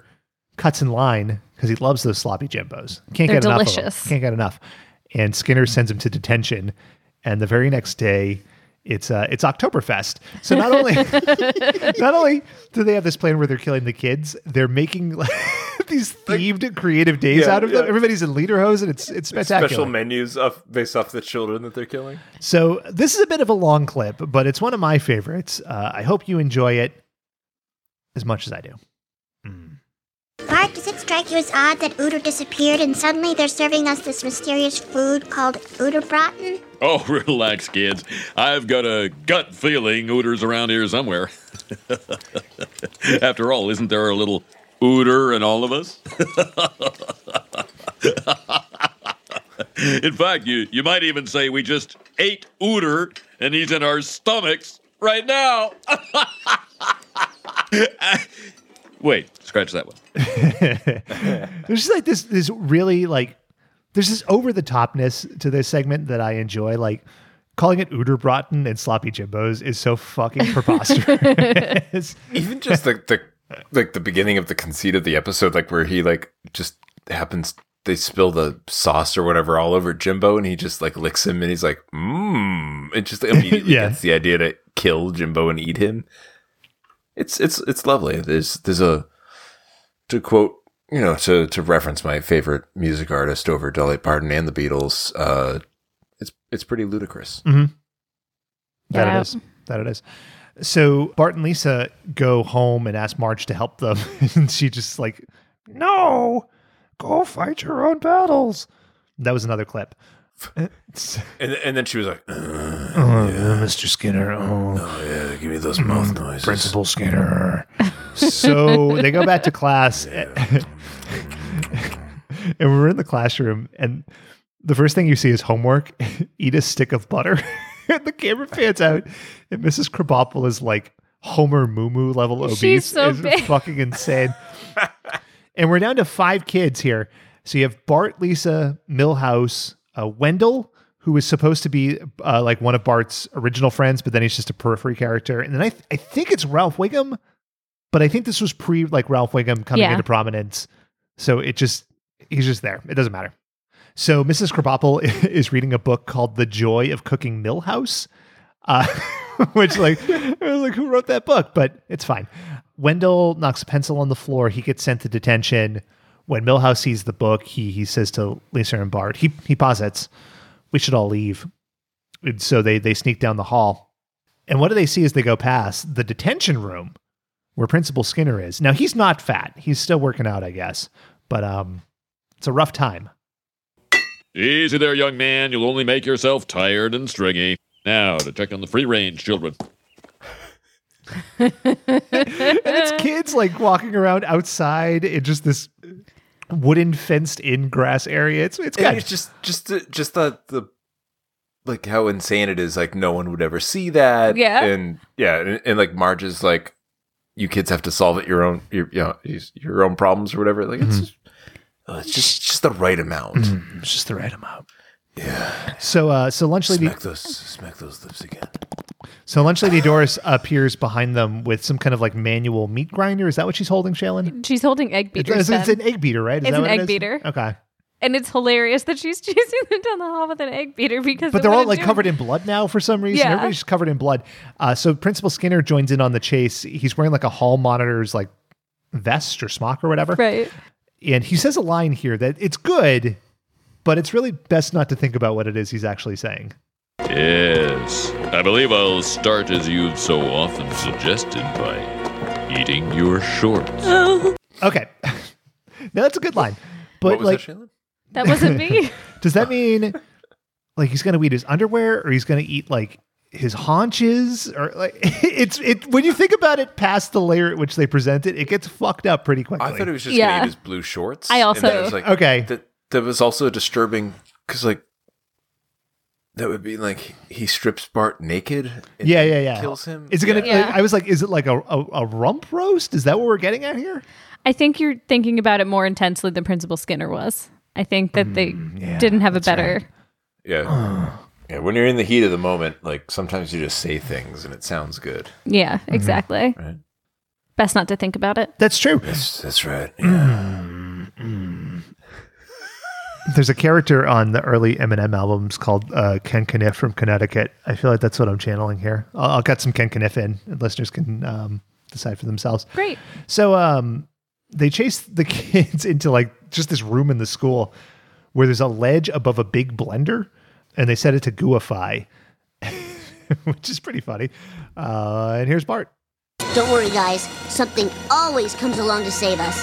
cuts in line because he loves those sloppy Jimbos. Can't
They're
get enough. of 'em.
delicious.
Can't get enough. And Skinner sends him to detention. And the very next day, it's uh, it's Oktoberfest. So not only not only do they have this plan where they're killing the kids, they're making like, these themed creative days
Yeah,
out of them.
yeah.
Everybody's in lederhosen. It's it's spectacular.
Special menus of based off the children that they're killing.
So this is a bit of a long clip, but it's one of my favorites. Uh, I hope you enjoy it as much as I do.
Bart, does it strike you as odd that Uter disappeared and suddenly they're serving us this mysterious food called Uterbraten?
Oh, relax, kids. I've got a gut feeling Ooter's around here somewhere. After all, isn't there a little Ooter in all of us? in fact, you, you might even say we just ate Ooter and he's in our stomachs right now. Wait, scratch that one.
there's just like this this really like there's this over the topness to this segment that I enjoy. Like calling it Uderbraten and sloppy Jimbos is so fucking preposterous.
Even just the, the like the beginning of the conceit of the episode, like where he like just happens they spill the sauce or whatever all over Jimbo and he just like licks him and he's like, mmm. It just immediately
Yeah.
gets the idea to kill Jimbo and eat him. It's it's it's lovely. There's there's a to quote you know to to reference my favorite music artist over Dolly Parton and the Beatles. Uh, it's it's pretty ludicrous.
Mm-hmm. That it is. That it is. So Bart and Lisa go home and ask Marge to help them, and she just like, no, go fight your own battles. That was another clip.
And and then she was like, "Ugh,
Oh,
yeah.
Mr. Skinner. Oh.
Oh, yeah, give me those mouth noises.
Principal Skinner. so they go back to class, and we're in the classroom, and the first thing you see is homework. Eat a stick of butter. and the camera pans out, and Mrs. Krabappel is like Homer Moo Moo level obese.
She's so
It's
big.
fucking insane. and we're down to five kids here. So you have Bart, Lisa, Millhouse, uh, Wendell, who is supposed to be uh, like one of Bart's original friends, but then he's just a periphery character. And then I, th- I think it's Ralph Wiggum, but I think this was pre like Ralph Wiggum coming
Yeah.
into prominence. So it just he's just there. It doesn't matter. So Mrs. Krabappel is reading a book called The Joy of Cooking Millhouse, uh, which like I was like, who wrote that book? But it's fine. Wendell knocks a pencil on the floor. He gets sent to detention. When Millhouse sees the book, he he says to Lisa and Bart, he he posits, we should all leave. And so they they sneak down the hall. And what do they see as they go past the detention room where Principal Skinner is? Now he's not fat. He's still working out, I guess. But um it's a rough time.
Easy there, young man. You'll only make yourself tired and stringy. Now to check on the free range children.
and it's kids like walking around outside in just this wooden fenced in grass area. It's it's
And
kind
it's just just the, just the the like how insane it is. Like no one would ever see that.
Yeah.
and yeah, and, and like Marge is like, you kids have to solve it your own your you know, your own problems or whatever. Like
Mm-hmm.
it's just, oh, it's just just the right amount.
it's just the right amount. Yeah. So uh so lunch lady
Smack those smack those lips again.
so lunch lady Doris appears behind them with some kind of like manual meat grinder. Is that what she's holding, Shaylin?
She's holding egg
It's,
beaters.
it's an
Ben.
egg beater, right?
It's
that
an
what it
egg
is?
beater.
Okay.
and it's hilarious that she's chasing them down the hall with an egg beater because
But
it
they're all
wouldn't
like
do
covered in blood now for some reason.
Yeah.
Everybody's covered in blood. Uh, so Principal Skinner joins in on the chase. He's wearing like a hall monitor's like vest or smock or whatever.
Right.
And he says a line here that it's good, but it's really best not to think about what it is he's actually saying.
Yes, I believe I'll start as you've so often suggested by eating your shorts.
Okay. now that's a good line. But
was that,
like
That wasn't me.
Does that mean like he's gonna eat his underwear or he's gonna eat like his haunches or like it's it when you think about it past the layer at which they present it, it gets fucked up pretty quickly.
I thought it was just
Yeah.
gonna eat his blue shorts.
I
and
also-
that was like,
Okay.
That that was also disturbing because like that would be like he strips Bart naked. and
yeah, yeah, yeah.
Kills him.
Is it gonna?
Yeah. Yeah.
I was like, is it like a, a, a rump roast? Is that what we're getting at here?
I think you're thinking about it more intensely than Principal Skinner was. I think that they
Mm,
didn't have a better.
Yeah. yeah. When you're in the heat of the moment, like sometimes you just say things and it sounds good.
Yeah,
Mm-hmm.
exactly.
Right.
Best not to think about it.
That's true.
That's, that's right.
There's a character on the early Eminem albums called uh, Ken Kniff from Connecticut. I feel like that's what I'm channeling here. I'll, I'll cut some Ken Kniff in, and listeners can um, decide for themselves.
Great.
So um, they chase the kids into like just this room in the school where there's a ledge above a big blender, and they set it to gooify, which is pretty funny. Uh, and here's Bart.
Don't worry, guys. Something always comes along to save us.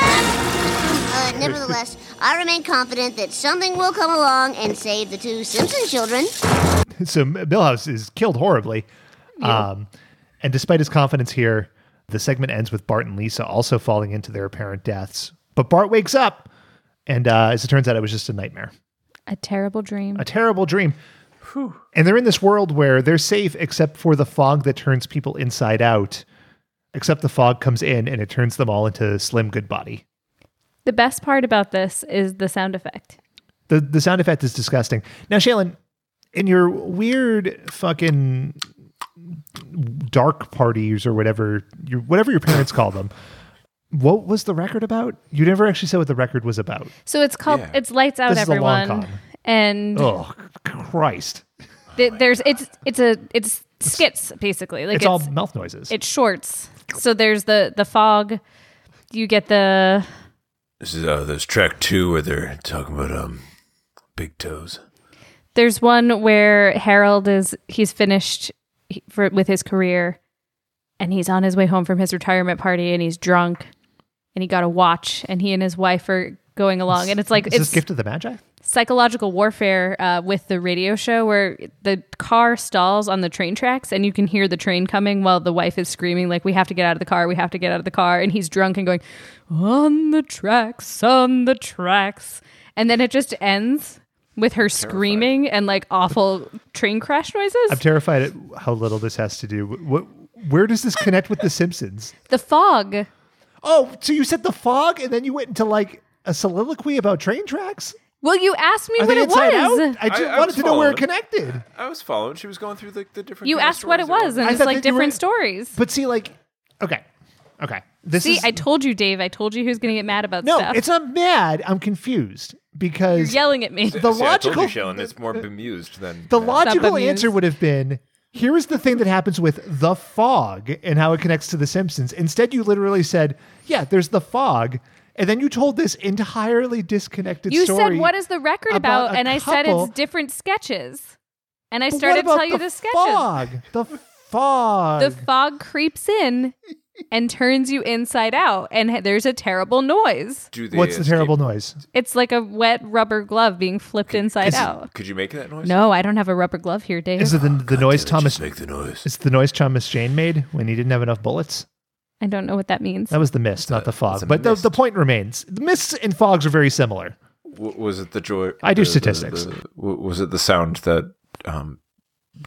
Uh, nevertheless, I remain confident that something will come along and save the two Simpson children.
so Millhouse is killed horribly. Um, and despite his confidence here, the segment ends with Bart and Lisa also falling into their apparent deaths. But Bart wakes up, and uh, as it turns out, it was just a nightmare,
A terrible dream.
a terrible dream. And they're in this world where they're safe except for the fog that turns people inside out, except the fog comes in and it turns them all into Slim Goodbody.
The best part about this is the sound effect.
The, the sound effect is disgusting. Now, Shaylin, in your weird fucking dark parties or whatever your whatever your parents call them. What was the record about? You never actually said what the record was about.
So it's called
Yeah.
it's lights out
This is a long
everyone.
con.
And
Oh Christ!
th- there's it's it's a it's skits basically. Like
it's all mouth noises.
It's shorts. So there's the the fog. You get the
This is uh, there's track two where they're talking about um big toes.
There's one where Harold is he's finished he- for, with his career, and he's on his way home from his retirement party, and he's drunk, and he got a watch, and he and his wife are going along, and it's like
Is
it's
this gift of the magi?
psychological warfare uh, with the radio show where the car stalls on the train tracks, and you can hear the train coming while the wife is screaming like, "We have to get out of the car! We have to get out of the car!" and he's drunk and going on the tracks, on the tracks, and then it just ends. With her screaming and like awful train crash noises.
I'm terrified at how little this has to do. What? Where does this connect with The Simpsons?
The fog.
Oh, so you said the fog, and then you went into like a soliloquy about train tracks.
Well, you asked me
Are
what
they
it
inside
was.
out? I just wanted to know where it connected.
I was following. She was going through like the different.
You
kind of
asked what it
stories.
was, and
I
it's
thought
like
that you were-
different stories.
But see, like, okay, okay, this
See,
is
I told you, Dave. I told you who's going to get mad about
no,
stuff.
it's not mad. I'm confused because
You're yelling at me.
The logical,
Shellen is more bemused than
the
mad.
logical answer would have been. Here is the thing that happens with the fog and how it connects to The Simpsons. Instead, you literally said, "Yeah, there's the fog," and then you told this entirely disconnected
You
story.
said, "What is the record about?"
about a
and I said,
couple-
"It's different sketches." And I
But what
started to
about
tell you
the
the sketches.
fog? The fog.
The fog creeps in and turns you inside out, and h- there's a terrible noise.
Do they
What's the
escape?
terrible noise?
It's like a wet rubber glove being flipped inside out.
Could you make that noise?
No, I don't have a rubber glove here, Dave.
Is it the, the noise Thomas?
make the noise.
It's the noise Thomas Jane made when he didn't have enough bullets.
I don't know what that means.
That was the mist, not the fog. But the, the point remains: the mists and fogs are very similar.
W- was it the joy?
I do
the- the-
statistics.
the- w- was it the sound that um,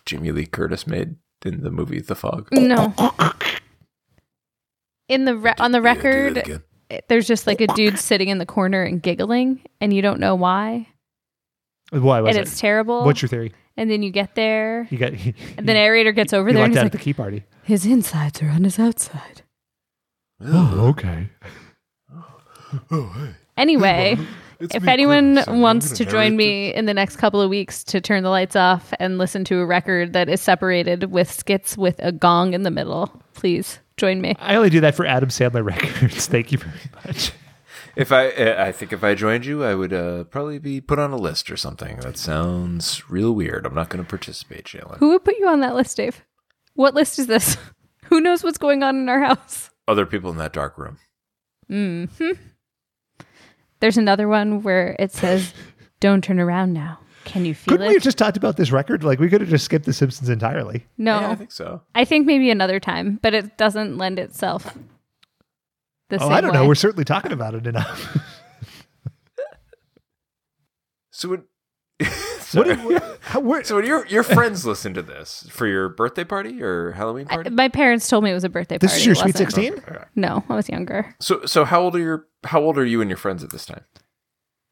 Jimmy Lee Curtis made in the movie The Fog?
No. In the re- on the record,
again.
it- there's just like a dude sitting in the corner and giggling, and you don't know why,
Why was
and
it?
it's terrible.
What's your theory?
And then you get there,
You got you
and the narrator gets over
lucked
there
out
and he's
at
like,
the key party.
"His insides are on his outside."
Oh, okay.
Anyway,
It's
if
me,
anyone
Chris. I'm
wants
gonna
to join
narrate
me in the next couple of weeks to turn the lights off and listen to a record that is separated with skits with a gong in the middle, please join me.
I only do that for Adam Sandler records. Thank you very much.
If I, uh, I think if I joined you, I would uh, probably be put on a list or something. That sounds real weird. I'm not going to participate, Jalen.
Who would put you on that list, Dave? What list is this? Who knows what's going on in our house?
Other people in that dark room.
hmm There's another one where it says, "Don't turn around now. Can you feel
Couldn't we
it?"
have just talked about this record? Like we could have just skipped The Simpsons entirely.
no,
Yeah, I think so.
I think maybe another time, but it doesn't lend itself. The
oh,
same
I don't
way.
know. We're certainly talking about it enough.
So when,
What
Sorry.
did- how- where-
so when your your friends listen to this for your birthday party or Halloween party?
My parents told me it was a birthday
This
party.
is your
It
sweet
wasn't.
16?
No, I was younger.
so so how old are your how old are you and your friends at this time?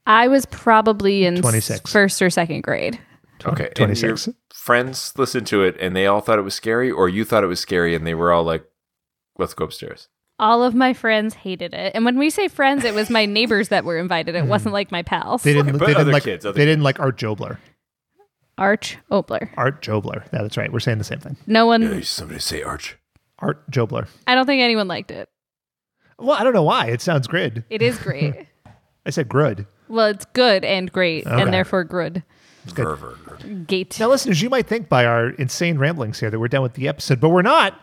I was probably in s-
26.
first or second grade.
Okay, and
twenty
your
six.
friends listened to it and they all thought it was scary, or you thought it was scary and they were all like, "Let's go upstairs."
All of my friends hated it. And when we say friends, it was my neighbors that were invited. It wasn't like my pals.
Mm. They didn't.
but
They didn't
other
like.
kids,
They
other
didn't like Art Jobler.
Arch Obler.
Art Jobler. Yeah, that's right. We're saying the same thing.
No one,
somebody say Arch.
Art Jobler.
I don't think anyone liked it.
Well, I don't know why. It sounds grid.
It is great.
I said grud.
well, it's good and great,
Okay.
and therefore good.
Verver.
Gate.
Now, listeners, you might think by our insane ramblings here that we're done with the episode, but we're not.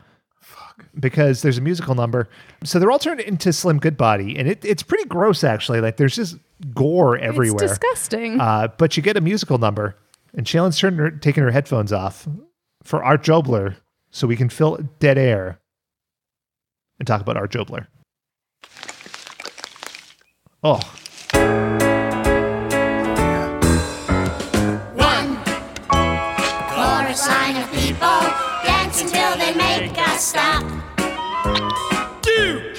Because there's a musical number. So they're all turned into Slim Goodbody, and it, it's pretty gross, actually. Like, there's just gore everywhere.
disgusting.
Uh, but you get a musical number, and Shailen's turned her, taking her headphones off for Art Jobler so we can fill dead air and talk about Art Jobler. Oh,
One
Chorus line of people dance until they make us stop.
Two.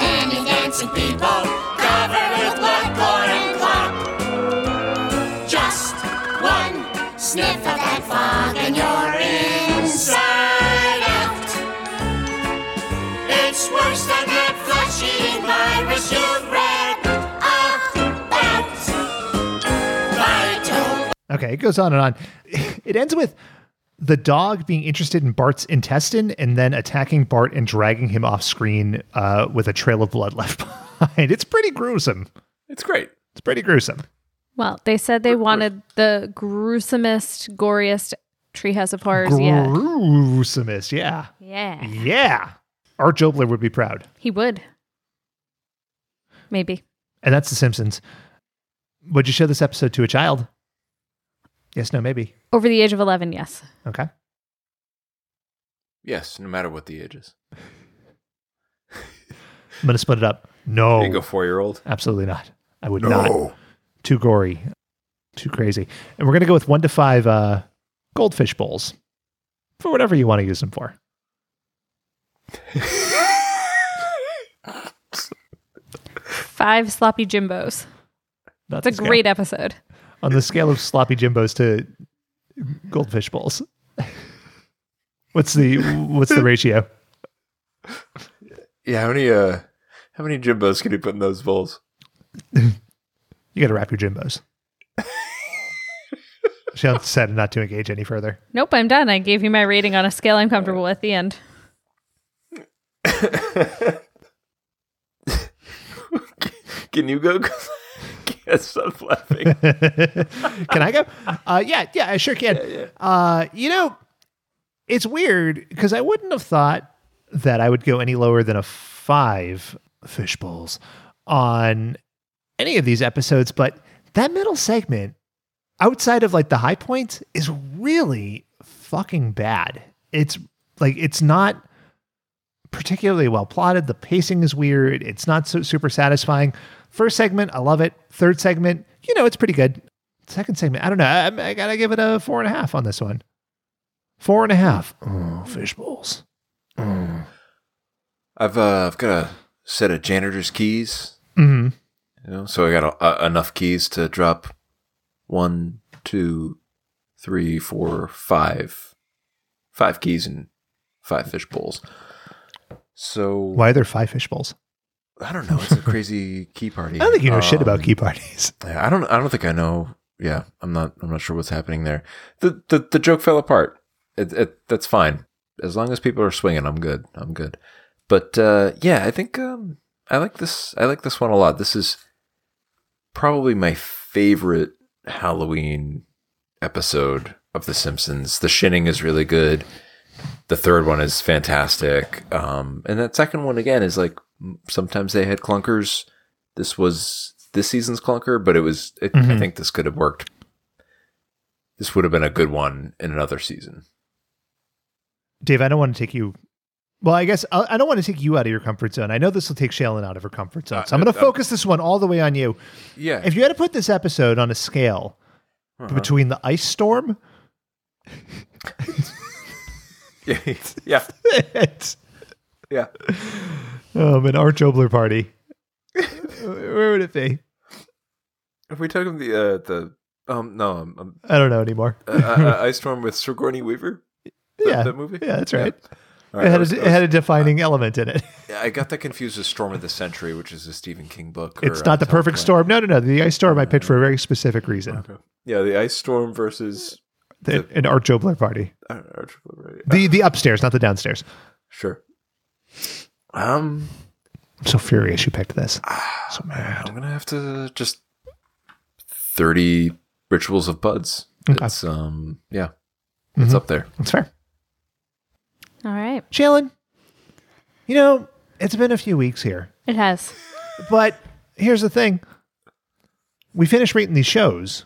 Many dancing people covered with blood, gore, and clot. Just one sniff of that fog and you're inside out. It's worse than that flesh-eating virus you've read about. Vital
Okay, it goes on and on. It ends with the dog being interested in Bart's intestine and then attacking Bart and dragging him off screen uh, with a trail of blood left behind. It's pretty gruesome.
It's great.
It's pretty gruesome.
Well, they said they wanted the gruesomest, goriest Treehouse of Horrors yet.
Gruesomest, yeah.
Yeah.
Yeah. Art Jobler would be proud.
He would. Maybe.
And that's The Simpsons. Would you show this episode to a child? Yes, no, maybe.
Over the age of 11, yes.
Okay.
Yes, no matter what the age is.
I'm going to split it up. No.
You go four year old.
Absolutely not. I would not. Too gory. Too crazy. And we're going to go with one to five uh, goldfish bowls for whatever you want to use them for.
Five sloppy Jimbos.
Not
That's a
the scale.
great episode.
On the scale of sloppy Jimbos to goldfish bowls. what's the what's the ratio?
Yeah, how many uh how many Jimbos can you put in those bowls?
You got to wrap your Jimbos. she decided not to engage any further.
Nope, I'm done. I gave you my rating on a scale I'm comfortable with. The end.
Can you go? 'Cause I can't stop laughing.
can I go? Uh, yeah, yeah, I sure can. Uh, you know, it's weird because I wouldn't have thought that I would go any lower than a five fish bowls on any of these episodes, but that middle segment, outside of like the high points, is really fucking bad. It's like it's not particularly well plotted. The pacing is weird. It's not so super satisfying. First segment, I love it. Third segment, you know, it's pretty good. Second segment, I don't know. I, I gotta give it a four and a half on this one. Four and a half. Oh, fish bowls. Mm.
I've uh, I've got a set of janitor's keys.
Mhm.
You know, so I got a, uh, enough keys to drop one, two, three, four, five, five keys and five fish bowls. So
Why are there five fish bowls?
I don't know. It's a crazy key party.
I don't think you know shit
Um,
about key parties.
Yeah, I don't. I don't think I know. Yeah, I'm not. I'm not sure what's happening there. The the, the joke fell apart. It, it, that's fine as long as people are swinging. I'm good. I'm good. But uh, yeah, I think um, I like this. I like this one a lot. This is probably my favorite Halloween episode of The Simpsons. The shinning is really good. The third one is fantastic. Um, and that second one again is like m- sometimes they had clunkers. This was this season's clunker, but it was. It, I
Mm-hmm.
Mhm.
think this could have worked. This would have been a good one in another season.
Dave, I don't want to take you. Well, I guess I I don't want to take you out of your comfort zone. I know this will take Shaylin out of her comfort zone. So I'm going to
uh,
focus this one all the way on you.
Yeah.
If you had to put this episode on a scale
Uh-huh.
between the ice storm
yeah. yeah.
um, and Arch Obler party, where would it be?
If we took him the uh, the um no um, um,
I don't know anymore.
uh, uh, Ice Storm with Sigourney Weaver. That,
yeah,
that movie.
Yeah, that's right.
All right,
it,
I
had
was-
a,
I
it had a defining element in it.
Yeah, I got that confused with Storm of the Century, which is a Stephen King book. or,
It's
uh,
not the perfect
Teleplay.
storm. No, no, no. The ice storm I picked for a very specific reason.
Yeah, the Ice Storm versus
The- an Art Jobler party.
I don't know, Arch Blue, right?
The the upstairs, not the downstairs.
Sure. Um,
I'm so furious you picked this. So mad.
I'm gonna have to just thirty rituals of buds. It's um yeah, it's
Mhm.
up there.
That's fair.
All right.
Jalen, you know, it's been a few weeks here,
It has.
but here's the thing. We finished rating these shows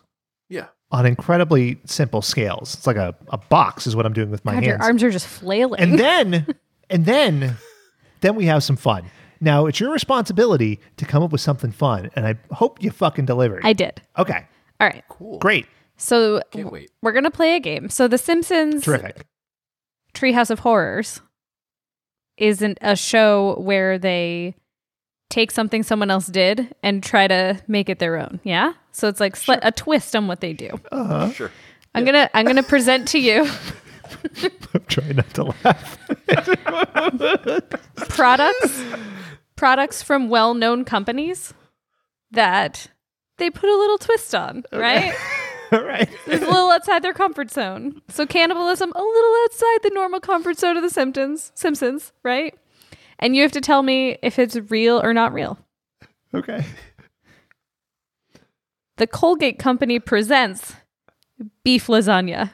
Yeah.
on incredibly simple scales. It's like a, a box is what I'm doing with my
God,
hands.
your arms are just flailing.
and then and then then we have some fun. Now it's your responsibility to come up with something fun, and I hope you fucking delivered.
I did.
Okay.
All right.
Cool.
Great.
So
Can't wait.
we're going to play a game. So The Simpsons
Terrific.
Treehouse of Horrors isn't a show where they take something someone else did and try to make it their own. Yeah? So it's like sli- a twist on what they do.
Uh-huh.
Sure.
I'm going to I'm going to present to you
I'm trying not to laugh.
products products from well-known companies that they put a little twist on, right?
right.
It's a little outside their comfort zone. So cannibalism, a little outside the normal comfort zone of the Simpsons. Simpsons, right? And you have to tell me if it's real or not real.
Okay.
The Colgate Company presents beef lasagna.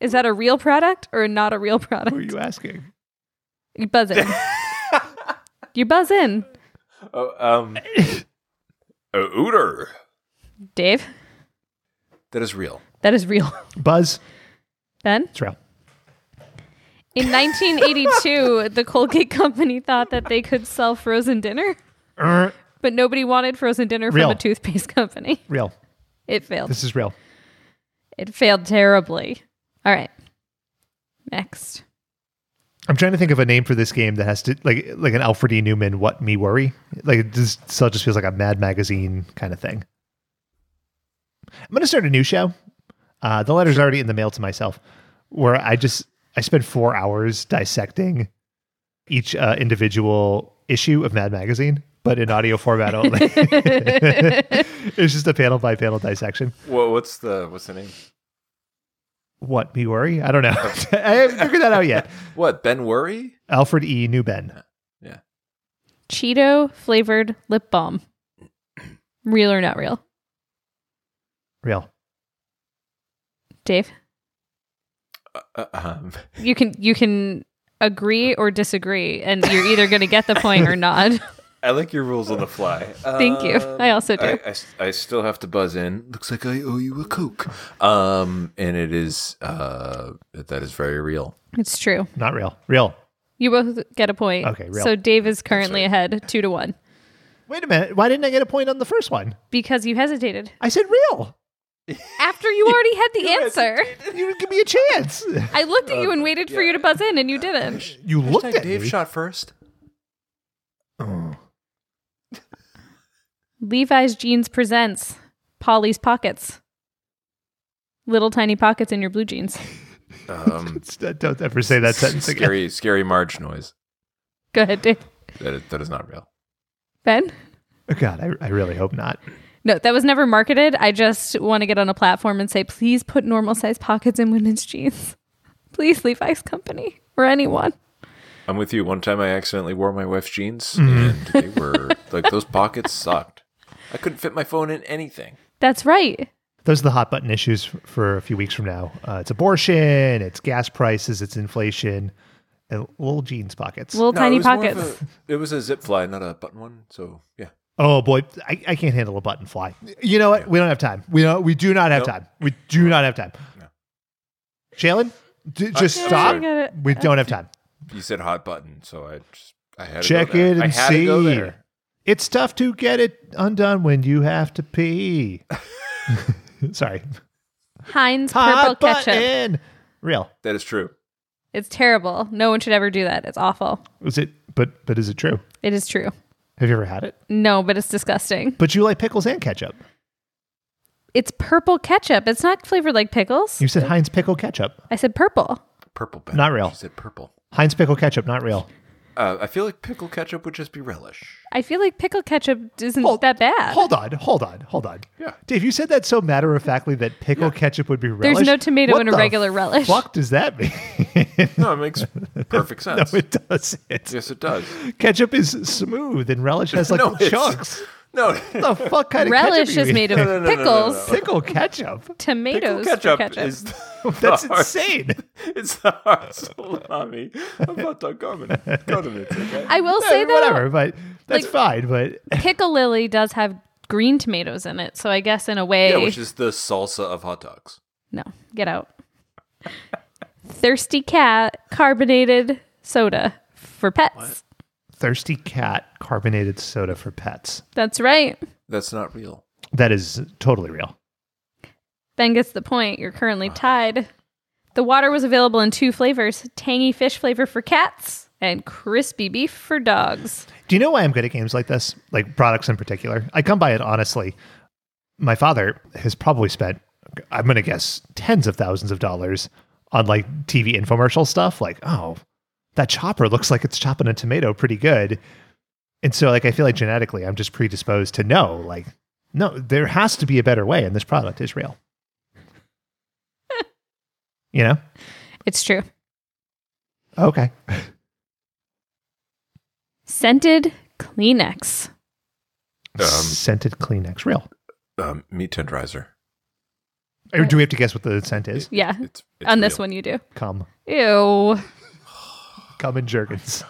Is that a real product or not a real product?
Who are you asking?
You buzz in. you buzz in,
Oh, um, uh, Ooter.
Dave.
That is real.
That is real.
Buzz.
Ben?
It's real.
In 1982, the Colgate Company thought that they could sell frozen dinner,
Er,
but nobody wanted frozen dinner
Real.
from a toothpaste company.
real.
It failed.
This is real.
It failed terribly. All right. Next.
I'm trying to think of a name for this game that has to like like an Alfred E. Newman what me worry. Like it just so it just feels like a Mad Magazine kind of thing. I'm gonna start a new show. Uh, the letter's already in the mail to myself, where I just I spend four hours dissecting each uh, individual issue of Mad Magazine, but in audio format only. it's just a panel by panel dissection.
Whoa, what's the what's the name?
What me worry? I don't know. I haven't figured that out yet.
What Ben Worry?
Alfred E. Newben.
Cheeto flavored lip balm. Real or not real?
Real.
Dave,
Uh, um,
you can you can agree or disagree and you're either going to get the point or not.
I like your rules on the fly.
Thank you.
Um,
I also do.
I, I s- I still have to buzz in. Looks like I owe you a coke. Um, and it is uh, that is very real.
It's true.
Not real. Real.
You both get a point.
Okay, real.
So Dave is currently ahead, two to one,
Wait a minute. Why didn't I get a point on the first one?
because you hesitated
I said real.
after you already had the answer.
You Uh, didn't give me a chance.
I looked at you and waited for you to buzz in, and you didn't.
You looked at
Dave
me.
shot first.
Levi's Jeans presents Polly's Pockets. Little tiny pockets in your blue jeans.
Um,
Don't ever say that sentence again.
scary, scary Marge noise.
Go ahead, Dave.
That is, that is not real.
Ben?
Oh, God, I, I really hope not.
No, that was never marketed. I just want to get on a platform and say, please put normal size pockets in women's jeans. Please, Levi's Company or anyone.
I'm with you. One time I accidentally wore my wife's jeans,
Mhm.
and they were like those pockets sucked. I couldn't fit my phone in anything.
That's right.
Those are the hot button issues f- for a few weeks from now. Uh, it's abortion, it's gas prices, it's inflation, and little jeans pockets.
Little
it
tiny
was more of
pockets.
a- it was a zip fly, not a button one. So yeah,
oh boy, I, I can't handle a button fly. You know what? We don't have time. We don't, we do not have
Nope.
time. We do not have time. Jalen, d- just
I'm
stop.
sorry.
Got it.
We don't have time.
you said hot button, so I just I had to
Check
go there.
it and
I had
see.
To go there.
It's tough to get it undone when you have to pee. Sorry.
Heinz purple
Hot
ketchup.
button. Real.
That is true.
It's terrible. No one should ever do that. It's awful.
Is it? But but is it true?
It is true.
Have you ever had it?
No, but it's disgusting.
But you like pickles and ketchup.
It's purple ketchup. It's not flavored like pickles.
You said Heinz pickle ketchup.
I said purple.
Purple. Ben.
Not real.
She said purple.
Heinz pickle ketchup, not real.
Uh, I feel like pickle ketchup would just be relish.
I feel like pickle ketchup isn't
Hold-
that bad.
Hold on, hold on, hold on.
Yeah.
Dave, you said that so matter of factly that pickle ketchup would be relish.
There's no tomato
What
in a
the
regular relish.
Fuck does that mean?
No, it makes perfect
no,
sense.
it doesn't.
yes, it does.
Ketchup is smooth and relish has like
No, it's-
chunks.
No,
What the fuck kind of ketchup
Relish
you
is
eat?
made of
No, no, no, no, no,
pickles,
no.
pickle ketchup.
tomatoes,
pickle ketchup,
for ketchup.
is
That's
the hard-
insane.
It's the hard salami of hot dog garment. Condiments, okay?
I will
Eh,
say though,
whatever, but that's
like-
fine. But
pickle lily does have green tomatoes in it, so I guess in a way,
Yeah, which is the salsa of hot dogs.
no, get out. Thirsty cat carbonated soda for pets.
thirsty cat carbonated soda for pets.
That's right.
That's not real.
That is totally real.
Ben gets the point. You're currently tied. The water was available in two flavors tangy fish flavor for cats and crispy beef for dogs.
Do you know why I'm good at games like this? Like products in particular? I come by it honestly. My father has probably spent, I'm going to guess, tens of thousands of dollars on like TV infomercial stuff. Like, oh, that chopper looks like it's chopping a tomato pretty good. And so, like, I feel like genetically, I'm just predisposed to know, like, no, there has to be a better way, and this product is real. You know?
It's true.
Okay.
Scented Kleenex.
Um, Scented Kleenex. Real.
Um, meat tenderizer.
Or Do we have to guess what the scent is?
Yeah. On this one, you do.
Come.
Ew.
Come and Jergens.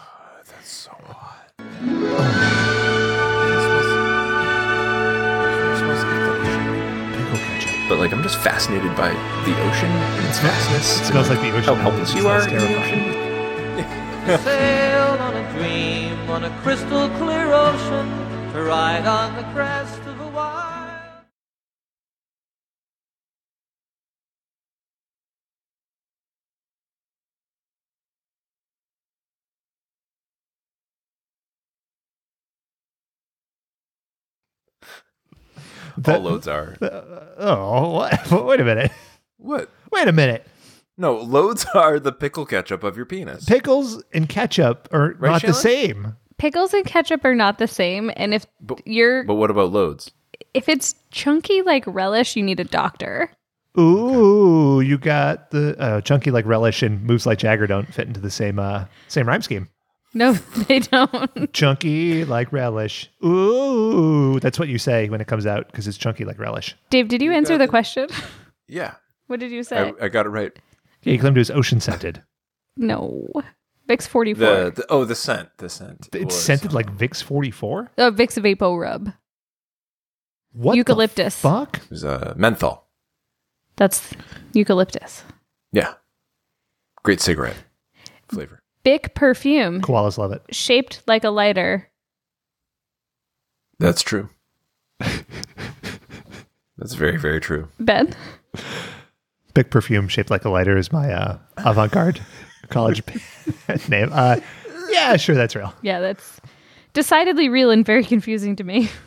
But like, I'm just fascinated by the ocean and its vastness.
It smells like the ocean.
How helpless you are.
Sailed on a dream on a crystal clear ocean to ride on the crest of a wild.
All loads are.
Oh, what? wait a minute.
What?
Wait a minute.
No, loads are the pickle ketchup of your penis.
Pickles and ketchup are
Right,
not the
Shannon?
same.
Pickles and ketchup are not the same, and if you're
But what about loads?
if it's chunky like relish, you need a doctor.
Ooh, you got the uh, chunky like relish and moves like Jagger don't fit into the same uh, same rhyme scheme.
No, they don't.
chunky like relish. Ooh, that's what you say when it comes out because it's chunky like relish.
Dave, did you, answer the question?
Yeah.
What did you say?
I, I got it right.
Yeah, you claimed it was ocean scented.
no. Vicks 44.
The, the oh, the scent. The scent.
It's
was- um,
scented like Vicks 44.
oh, Vicks Vapo Rub.
What the
Eucalyptus.
fuck?
It was uh, menthol.
That's eucalyptus.
Yeah. Great cigarette flavor.
Bic perfume,
Koalas love it.
shaped like a lighter.
That's true. That's very, very true.
Ben?
Big perfume shaped like a lighter is my uh, avant-garde college name. Uh, yeah, sure, that's real.
Yeah, that's decidedly real and very confusing to me.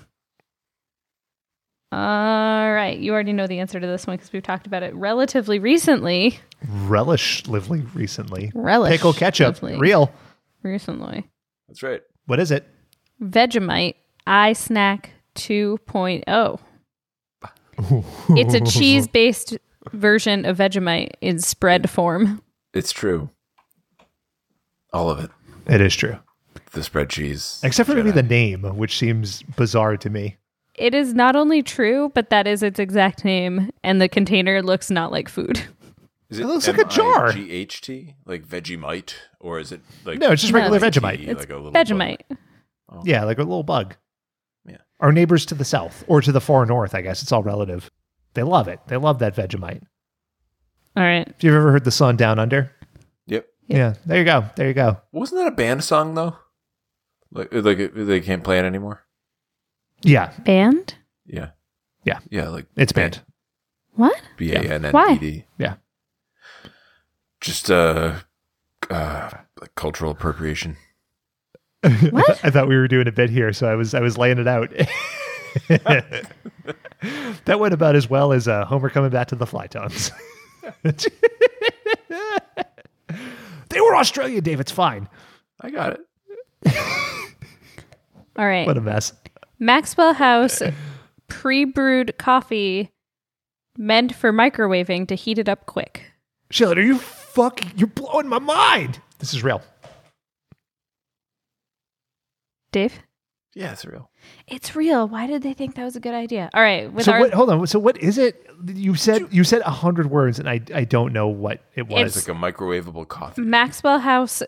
All right. You already know the answer to this one because we've talked about it relatively recently.
Relish lively recently.
Relish
pickle ketchup
lively.
real.
Recently.
That's right.
What is it?
Vegemite I Snack 2.0. It's a cheese based version of Vegemite in spread form.
It's true. All of it.
It is true.
The spread cheese.
Except for maybe the name, which seems bizarre to me.
It is not only true, but that is its exact name, and the container looks not like food.
Is
It looks like a jar.
M-I-G-H-T? Like Vegemite? Or is it like.
No, it's just regular
M-I-T-E,
Vegemite.
like
It's
a little
Vegemite.
Yeah, like a little bug. Yeah. Our neighbors to the south or to the far north, I guess. It's all relative. They love it. They love that Vegemite.
All right.
If you've ever heard the song Down Under.
Yep.
Yeah. There you go. There you go.
Wasn't that a band song, though? Like, like it- they can't play it anymore?
Yeah.
Band?
Yeah.
Yeah.
Yeah. Like
It's banned.
What?
B A N N
Why?
E D.
Yeah.
Just uh, uh, like cultural appropriation.
I thought we were doing a bit here, so I was I was laying it out. that went about as well as uh, Homer coming back to the fly tongues. they were Australian, Dave. It's fine.
I got it.
All right.
What a mess.
Maxwell House pre brewed coffee meant for microwaving to heat it up quick.
Shillett, are you fucking? You're blowing my mind. This is real.
Dave?
Yeah, it's real.
It's real. Why did they think that was a good idea? All right. With
so
our,
what? Hold on. So what is it? You said you said a hundred words, and I I don't know what it was.
It's, like a microwavable coffee.
Maxwell House,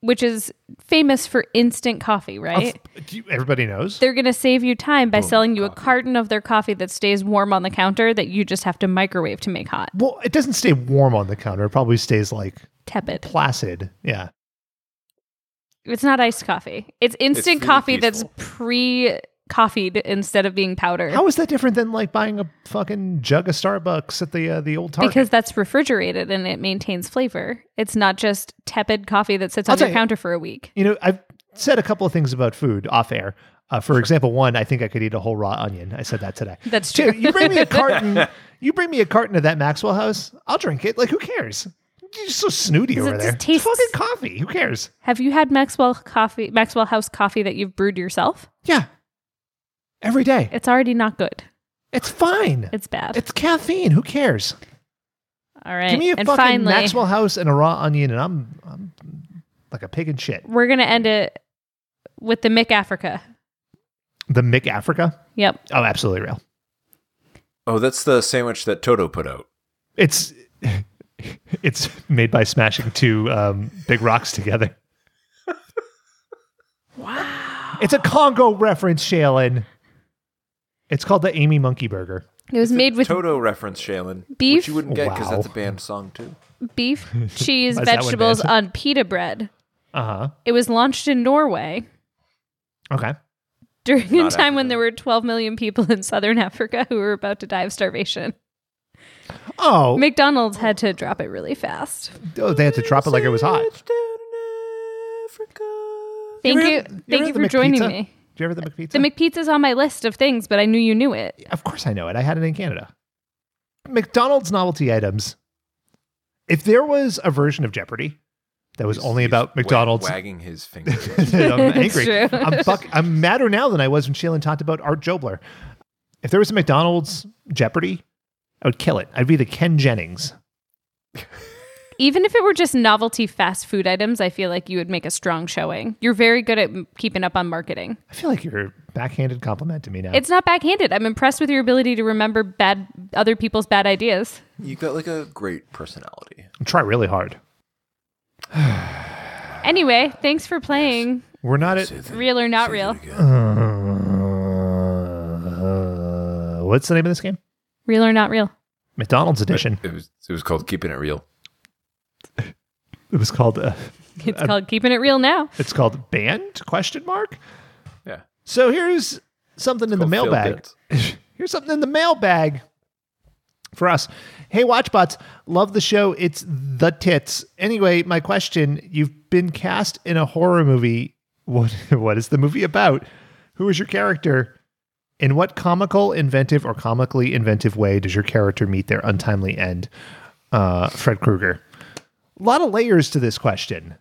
which is famous for instant coffee, right?
Do you- everybody knows.
They're going to save you time by
Boom,
selling you a carton of their coffee that stays warm on the counter that you just have to microwave to make hot.
Well, it doesn't stay warm on the counter. It probably stays like
Tepid.
placid. Yeah.
It's not iced coffee. It's instant
really
coffee that's pre coffeed instead of being powder.
How is that different than like buying a fucking jug of Starbucks at the uh, the old Target?
Because that's refrigerated and it maintains flavor. It's not just tepid coffee that sits
I'll
on your
tell you-
counter for a week.
you know, I've said a couple of things about food off air. Uh, for example, one, I think I could eat a whole raw onion. I said that today.
That's
Two,
true.
you bring me a carton. you bring me a carton of that Maxwell House. I'll drink it. Like who cares? You're just so snooty
Because
over
it
there.
just tastes-
Fucking coffee. Who cares?
Have you had Maxwell coffee, Maxwell House coffee that you've brewed yourself?
Yeah. Every day.
It's already not good.
It's fine.
It's bad.
It's caffeine. Who cares?
All right.
Give me a
and
fucking
finally,
Maxwell House and a raw onion, and I'm I'm like a pig in shit.
we're going to end it with the Mick Africa.
The Mick Africa.
Yep.
Oh, absolutely real.
Oh, that's the sandwich that Toto put out.
It's it's made by smashing two um, big rocks together. wow. It's a Congo reference, Shailen. It's called the Amy Monkey Burger.
It was made with
Toto reference, Shailen.
Beef?
Which you wouldn't get because
Wow.
that's a band song too.
beef, cheese,
Why is that one
vegetables
bad?
on pita bread.
Uh
It was launched in Norway
huh. Okay.
during a
Not
time when there were 12 million people in southern Africa who were about to die of starvation.
Oh,
McDonald's had to drop it really fast.
oh, they had to drop it like it was hot.
Thank
ever
you.
had- you ever
Thank
had
you
the
for joining
McPizza?
me.
Did you ever have the McPizza?
The McPizza's on my list of things, but I knew you knew it.
of course I know it. I had it in Canada. McDonald's novelty items. If there was a version of Jeopardy that was only about McDonald's,
Wa- wagging his finger.
that I'm
It's
angry.
true.
I'm, fuck, I'm madder now than I was when Shailen talked about Art Jobler. If there was a McDonald's Jeopardy, I would kill it. I'd be the Ken Jennings.
Even if it were just novelty fast food items, I feel like you would make a strong showing. You're very good at m- keeping up on marketing.
I feel like you're a backhanded compliment to me now.
It's not backhanded. I'm impressed with your ability to remember bad other people's bad ideas.
You got like a great personality.
Try really hard.
Anyway, thanks for playing.
We're not at.
Real or not real?
Uh, what's the name of this game?
Real or not real?
McDonald's edition.
It was it was called Keeping It Real.
It was called. Uh,
It's
uh,
called keeping it real now.
It's called band question mark.
Yeah.
So here's something in the
called Phil
mailbag. here's something in the mailbag for us. Hey, Watchbots, love the show. It's the tits. Anyway, my question: You've been cast in a horror movie. What what is the movie about? Who is your character? In what comical, inventive, or comically inventive way does your character meet their untimely end? Uh, Fred Krueger. A lot of layers to this question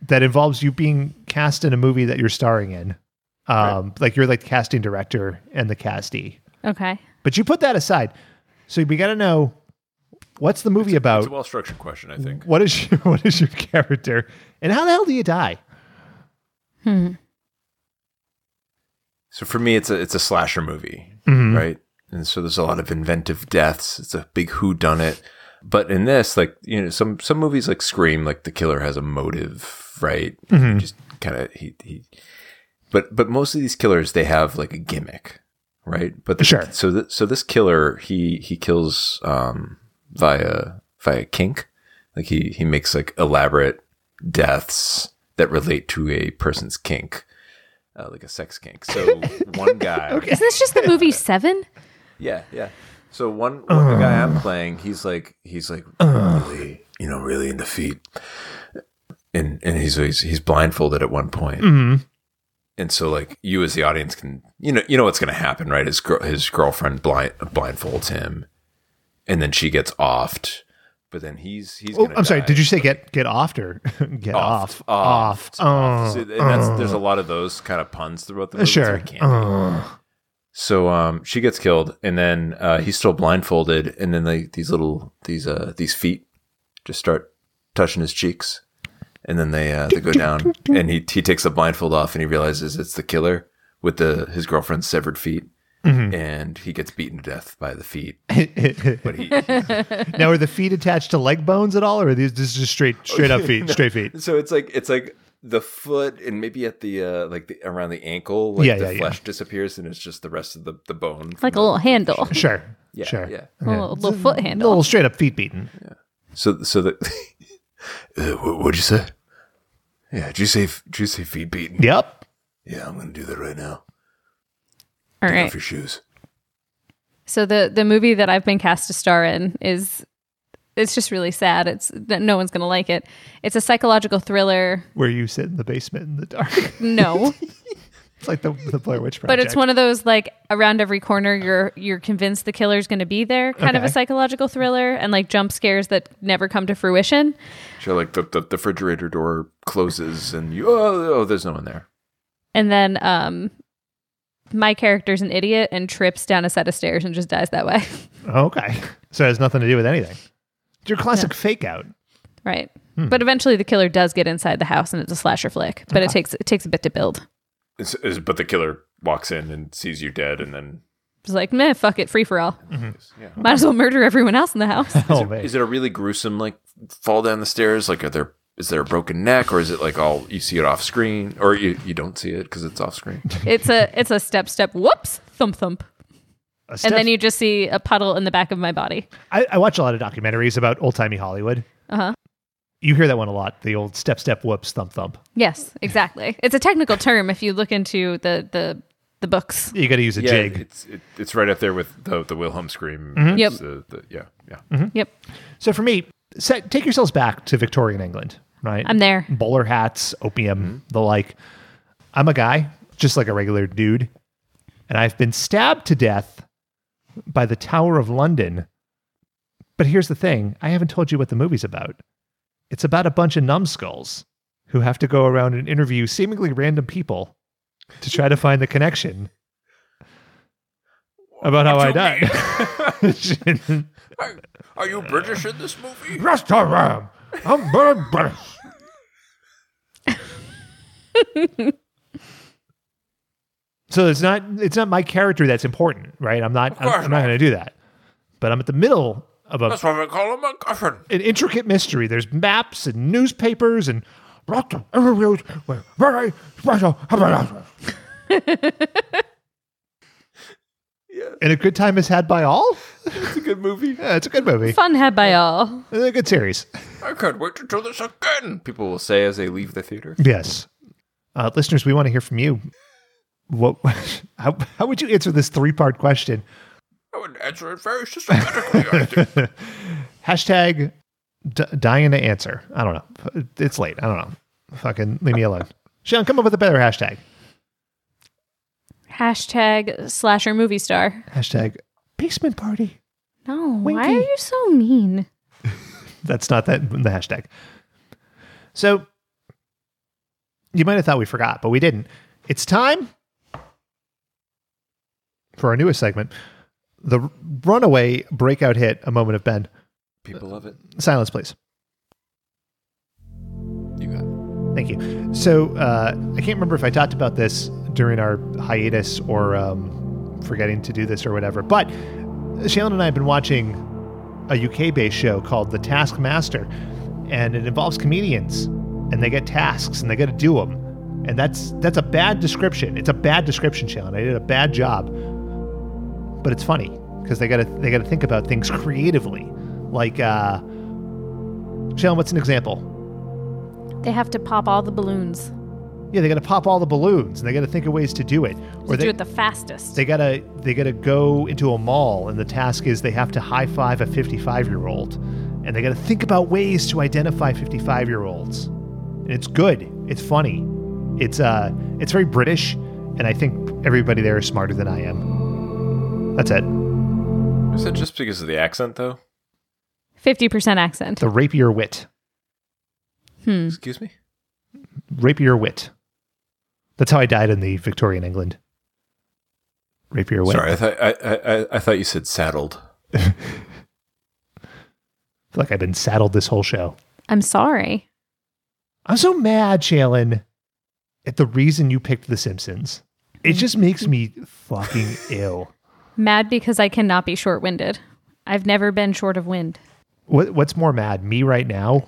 that involves you being cast in a movie that you're starring in. Um, Like you're like the casting director and the castee.
Okay.
But you put that aside. So we got to know what's the movie
It's a
about?
well structured question, I think.
What is your, what is your character? And how the hell do you die?
Hmm.
So for me, it's a it's a slasher movie,
Mhm.
right? And so there's a lot of inventive deaths. It's a big who done it. But in this, like you know, some some movies like Scream, like the killer has a motive, right?
Mhm.
Just kind of he he. But but most of these killers, they have like a gimmick, right? But the,
Sure.
So th- so this killer, he he kills um, via via kink, like he he makes like elaborate deaths that relate to a person's kink, uh, like a sex kink. So one guy,
Isn't this just the movie Seven?
yeah, yeah. So one, one the guy I'm playing, he's like he's like really, you know, really into feet, and and he's he's, he's blindfolded at one point.
Mm-hmm.
And so, like you as the audience can, you know, you know what's going to happen, right? His girl, his girlfriend blind, blindfolds him, and then she gets offed. But then he's he's.
Oh,
gonna
I'm sorry.
die.
Did you say get get off or get off?
Offed, offed, offed.
Oh,
So- and that's, there's a
oh.
lot of those kind of puns throughout the movie. so I
Uh, sure.
can't
Oh.
so um, she gets killed, and then uh, he's still blindfolded, and then they, these little these uh, these feet just start touching his cheeks, and then they uh, they go down, and he he takes the blindfold off, and he realizes it's the killer with the his girlfriend's severed feet,
Mhm.
and he gets beaten to death by the feet.
now, are the feet attached to leg bones at all, or are these this is just straight straight up feet,
Oh, No.
straight feet?
So it's like it's like the foot and maybe at the uh like the around the ankle like
Yeah,
the
yeah, yeah.
flesh disappears and it's just the rest of the the bone
It's like a little handle.
Sure.
Yeah,
sure.
yeah.
A little, little foot handle.
Little straight up feet beaten.
So, so the uh, what, what'd you say? Yeah, did you say did you say feet beaten?
Yep.
Yeah, I'm gonna do that right now.
All right.
Off your shoes.
So the the movie that I've been cast to star in is it's just really sad. It's no one's going to like it. It's a psychological thriller.
Where you sit in the basement in the dark.
No.
It's like the, the Blair Witch Project.
But it's one of those like around every corner you're you're convinced the killer's going to be there kind of a
Okay.
psychological thriller and like jump scares that never come to fruition.
So like the, the the refrigerator door closes and you oh, oh there's no one there.
And then um my character's an idiot and trips down a set of stairs and just dies that way.
Okay. So it has nothing to do with anything. Your classic fake out.
Right.
Hmm.
But eventually the killer does get inside the house and it's a slasher flick. But
Uh-huh.
it
Okay.
takes it takes a bit to build.
It's, it's- but the killer walks in and sees you dead, and then
It's like, meh, fuck it, free for all.
Mm-hmm.
Yeah.
Might as well murder everyone else in the house.
Oh,
is, it, is it a really gruesome like fall down the stairs? Like, are there is there a broken neck, or is it like all you see it off screen, or you, you don't see it because it's off screen?
it's a it's a step step whoops thump thump.
step-
and then you just see a puddle in the back of my body.
I, I watch a lot of documentaries about old timey Hollywood.
Uh huh.
You hear that one a lot. The old step, step, whoops, thump, thump.
Yes, exactly. It's a technical term if you look into the the the books.
You got to use a
Yeah,
jig.
It's it, it's right up there with the the Wilhelm scream.
Mhm.
Yep.
It's the- the- yeah, yeah.
Mm-hmm.
Yep.
So for me, set, take yourselves back to Victorian England, right?
I'm there.
Bowler hats, opium, the like. I'm a guy, just like a regular dude, and I've been stabbed to death by the Tower of London. But here's the thing I haven't told you what the movie's about. It's about a bunch of numbskulls who have to go around and interview seemingly random people to try to find the connection about how I died.
Are you British in this movie?
Yes, I am. I'm very British. so it's not it's not my character that's important, right? I'm not I'm,
course
I'm not going to do that. But I'm at the middle of a
That's why we call him a coffin.
an intricate mystery. There's maps and newspapers and lots of interviews with very special And a good time is had by all. It's a good movie. Yeah, it's a good movie.
Fun had by all.
It's a good series.
I can't wait to do this again. People will say as they leave the theater.
Yes. Uh, listeners, we want to hear from you. What how, how would you answer this three-part question?
I would answer it very systematically. I think.
Hashtag d- dying to answer. I don't know. It's late. I don't know. Fucking leave me alone. Sean, come up with a better hashtag.
Hashtag slasher movie star.
Hashtag basement party.
No, why are you so mean?
That's not that the hashtag. So you might have thought we forgot, but we didn't. It's time for our newest segment, the runaway breakout hit, A Moment of Ben.
People love it.
Silence, please.
You got it.
Thank you. So uh, I can't remember if I talked about this during our hiatus or um, forgetting to do this or whatever, but Shaylin and I have been watching a UK based show called The Taskmaster, and it involves comedians, and they get tasks and they got to do them. And that's that's a bad description. It's a bad description, Shaylin. I did a bad job, but it's funny because they got to they got to think about things creatively. Like, uh, Shaylin, what's an example?
They have to pop all the balloons.
Yeah, they got to pop all the balloons, and they got to think of ways to do it.
They
they
do it the fastest.
they got to they got to go into a mall, and the task is they have to high five a 55 year old, and they got to think about ways to identify 55 year olds. And it's good. It's funny. It's uh, it's very British, and I think everybody there is smarter than I am. That's it.
Is that just because of the accent though?
Fifty percent accent.
The rapier wit.
Hmm.
Excuse me.
Rapier wit. That's how I died in the Victorian England. Rapier wit.
Sorry, I thought I, I, I, I thought you said saddled.
I feel like I've been saddled this whole show.
I'm sorry.
I'm so mad, Shailen, at the reason you picked The Simpsons. It just makes me fucking ill.
Mad because I cannot be short winded. I've never been short of wind.
What, what's more mad, me right now,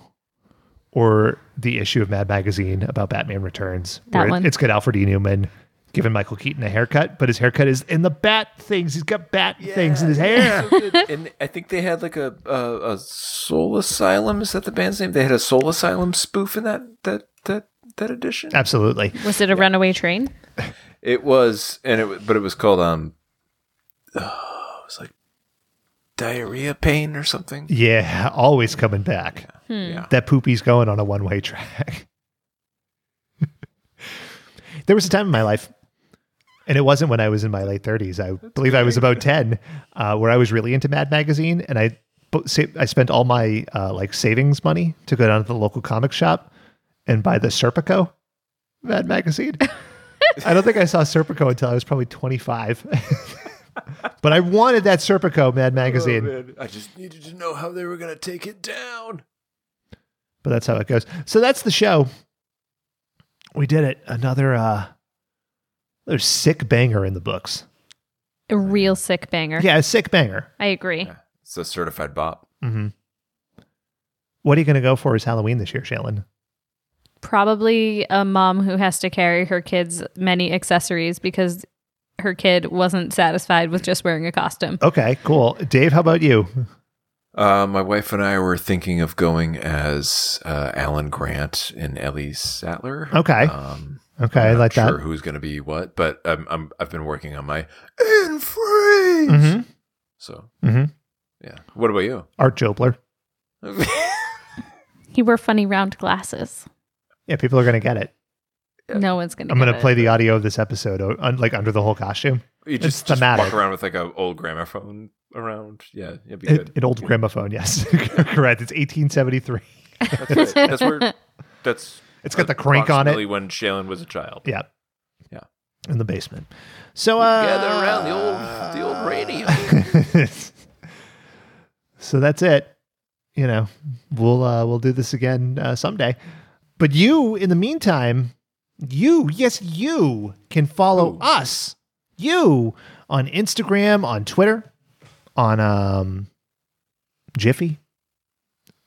or the issue of Mad Magazine about Batman Returns?
That
it-
one.
It's got Alfred E. Newman giving Michael Keaton a haircut, but his haircut is in the bat things. He's got bat things in his hair.
and I think they had like a, a a Soul Asylum. Is that the band's name? They had a Soul Asylum spoof in that that that that edition.
Absolutely.
Was it a runaway train?
It was, and it wa- but it was called um, oh, it was like diarrhea pain or something.
Yeah, always coming back.
Yeah.
That poopy's going on a one way track. there was a time in my life, and it wasn't when I was in my late 30s. I believe I was about 10, uh, where I was really into Mad Magazine, and I bu- sa- I spent all my uh, like savings money to go down to the local comic shop and buy the Serpico Mad Magazine. I don't think I saw Serpico until I was probably 25. But I wanted that Serpico Mad Magazine.
Oh, man. I just needed to know how they were going to take it down.
but that's how it goes. So that's the show. We did it. Another uh another sick banger in the books.
A real sick banger.
Yeah, a sick banger.
I agree.
It's a certified bop.
Mm-hmm. What are you going to go for as Halloween this year, Shaylin?
Probably a mom who has to carry her kids many accessories because her kid wasn't satisfied with just wearing a costume.
Okay, cool. Dave, how about you?
Uh, my wife and I were thinking of going as uh, Alan Grant and Ellie Sattler.
Okay.
Um,
Okay, I
I'm not
like that.
sure who's going to be what, but um, I'm, I've been working on my.
In freeze.
Mhm.
So,
Mhm.
yeah. What about you?
Art Jopler.
He wore funny round glasses.
Yeah, people are going to get it.
No one's gonna.
I'm going to
get
play
it.
the audio of this episode o- un- like under the whole costume.
You
It's
just, just walk
thematic.
around with like an old gramophone around. Yeah, it'd be
An-
good.
an old gramophone, yes. Correct. It's 1873.
That's, right. that's where. That's.
It's got the crank on it.
approximately When Shailen was a child.
Yeah.
Yeah.
In the basement. So uh
Gather around the old the old radio.
so that's it. You know, we'll uh, we'll do this again uh, someday. But you, in the meantime, you, yes, you can follow us, you on Instagram, on Twitter, on um, Jiffy,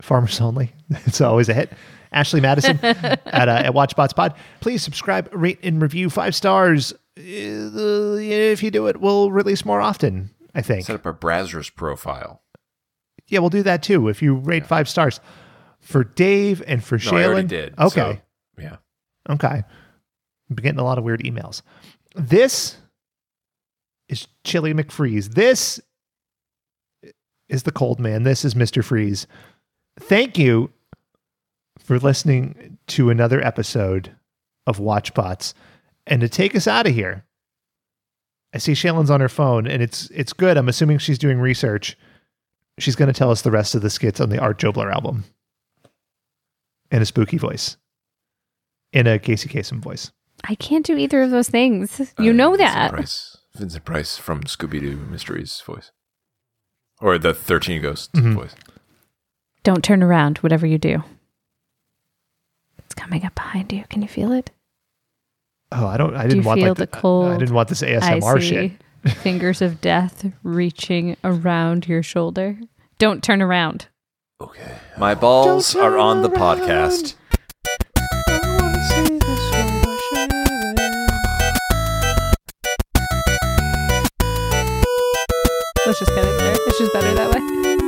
Farmers Only. It's always a hit. Ashley Madison at, uh, at Watchbots Pod. Please subscribe, rate, and review five stars. Uh, If you do it, we'll release more often. I think.
Set up a Brazzers profile.
Yeah, we'll do that too. If you rate five stars for Dave and for
No, I already
Shaylin.
did,
Okay.
so, yeah.
Okay. I'm getting a lot of weird emails. This is Chili McFreeze. This is the cold man. This is Mr. Freeze. Thank you for listening to another episode of Watchbots. And to take us out of here, I see Shaylin's on her phone, and it's it's good. I'm assuming she's doing research. She's going to tell us the rest of the skits on the Art Jobler album in a spooky voice, in a Casey Kasem voice.
I can't do either of those
Uh,
things. You know that.
Uh, Price. Vincent Price from Scooby Doo Mysteries voice, or the Thirteen Ghosts
Mm-hmm.
Mhm.
voice.
Don't turn around, whatever you do. It's coming up behind you. Can you feel it?
Oh, I don't. I
Do
didn't
you
want
feel
like
the
I-
cold?
I didn't want this ASMR shit.
icy Fingers of death reaching around your shoulder. Don't turn around.
My balls are on the podcast.
Let's just cut it there. It's just better that way.